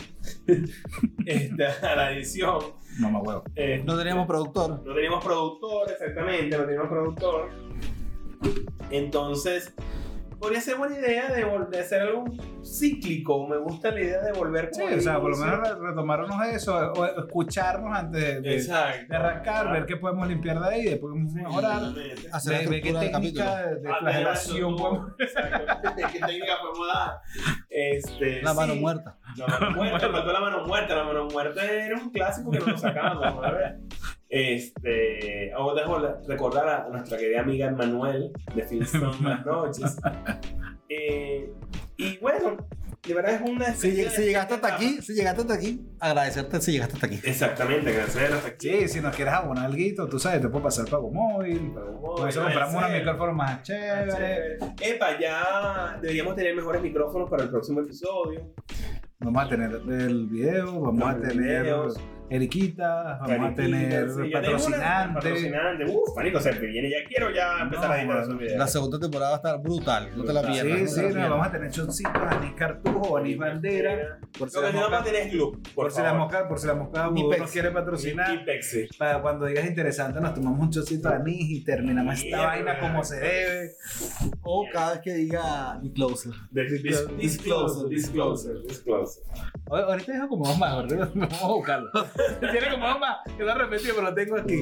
S6: *laughs* este, a la edición.
S1: Mamá huevo.
S6: Eh,
S3: No teníamos productor.
S6: no teníamos productor, exactamente, no teníamos productor. Entonces, podría ser buena idea de, vol- de hacer algo cíclico. Me gusta la idea de volver
S1: Sí,
S6: como
S1: o sea, por lo
S6: inicio.
S1: menos re- retomarnos eso, o escucharnos antes de, de-
S6: Exacto.
S1: de arrancar, ver qué podemos limpiar de ahí, después podemos mejorar.
S6: Exactamente.
S3: Hacer la
S1: Ve, ve qué
S3: estructura del capítulo.
S1: técnica de, de
S6: Ah,
S1: flagelación
S6: de
S1: podemos.
S6: brazo, exacto. *laughs* ¿Qué técnica podemos
S1: *laughs*
S6: dar? Este,
S3: La mano
S6: sí.
S3: muerta.
S6: La mano muerta, faltó la mano muerta. La mano muerta era un clásico que no nos sacábamos, ¿verdad? Este, ahora dejo la- recordar a nuestra querida amiga Manuel de Filson Las Noches. Eh, y bueno, de verdad es una.
S3: Si, lleg- si llegaste hasta aquí, si llegaste hasta aquí, agradecerte si llegaste hasta aquí.
S6: Exactamente, gracias hasta aquí.
S1: Sí, si nos quieres abonar algo, tú sabes, te puedo pasar pago móvil. Por eso compramos unos micrófonos más chéveres.
S6: Epa, ya deberíamos tener mejores micrófonos para el próximo episodio.
S1: Vamos a tener el video, vamos a
S6: Los
S1: tener
S6: videos.
S1: Eriquita, vamos a
S6: Mariquita,
S1: tener
S6: sí, ya tenemos una
S1: patrocinante.
S6: Patrocinante. Uf, marico, se me viene. Ya quiero ya empezar
S1: No,
S6: a editar
S1: mano.
S6: esos
S3: La
S6: videos.
S3: segunda temporada va a estar brutal. No te la
S6: Brutal.
S1: Sí,
S3: pierdas. no te
S1: sí,
S3: la
S1: no,
S3: pierdas.
S1: vamos a tener choncitos, Anís Cartujo, Anís Bandera. Por si
S6: Lo
S1: la
S6: que no vamos a
S1: mosca,
S6: tener es club.
S1: por si la mosca, por si la mosca
S3: Ni
S1: vudú nos
S3: Pepsi.
S1: quiere
S6: Y,
S1: patrocinar.
S6: Pepsi.
S1: Para cuando digas interesante, nos tomamos un chocito de anís y terminamos esta
S6: Mierda.
S1: vaina como se debe.
S3: O cada vez que diga mi closer.
S6: De- dis-
S1: Disclosure,
S6: Disclosure. Disclosure. Disclosure.
S1: O- Ahorita dejo como dos más, ahorita *laughs* vamos a buscarlo. Tiene como dos más, que lo he repetido, pero lo tengo aquí.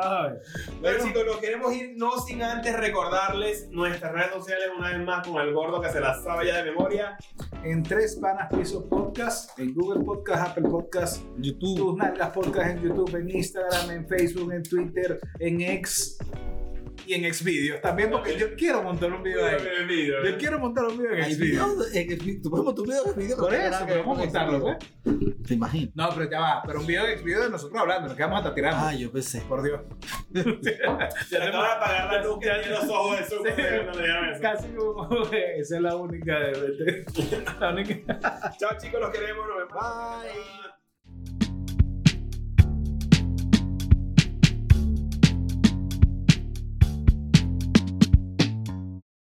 S1: A ver.
S6: Bueno, chicos, nos queremos ir no sin antes recordarles nuestras redes sociales una vez más con el gordo que se las sabe ya de memoria.
S1: en Tres Panas Piso Podcast, en Google Podcast, Apple Podcast,
S3: YouTube.
S1: Tus Nalgas Podcast en YouTube, en Instagram, en Facebook, en Twitter, en X y en Xvideos también, porque yo quiero montar un video ahí.
S6: Bienvenido.
S1: Yo quiero montar un video en
S3: Hay
S1: Xvideos.
S3: videos de- en el vi- Tú puedes montar un video de video.
S1: Por
S3: pero
S1: eso,
S3: nada que
S1: pero
S3: ver con
S1: vamos a montarlo,
S3: video.
S1: pues.
S3: Te imaginas.
S1: No, pero ya va, pero un video de Xvideos de nosotros hablando, nos quedamos hasta tirando.
S3: Ah, yo pensé.
S1: Por Dios.
S6: Se acaban de apagar la luz que
S1: Este
S6: tiene los ojos de su
S1: Sí.
S6: cuando le dieron eso.
S1: Casi *laughs* uh, como esa es la única de la única.
S6: Chao, chicos, los queremos. Nos vemos.
S3: Bye.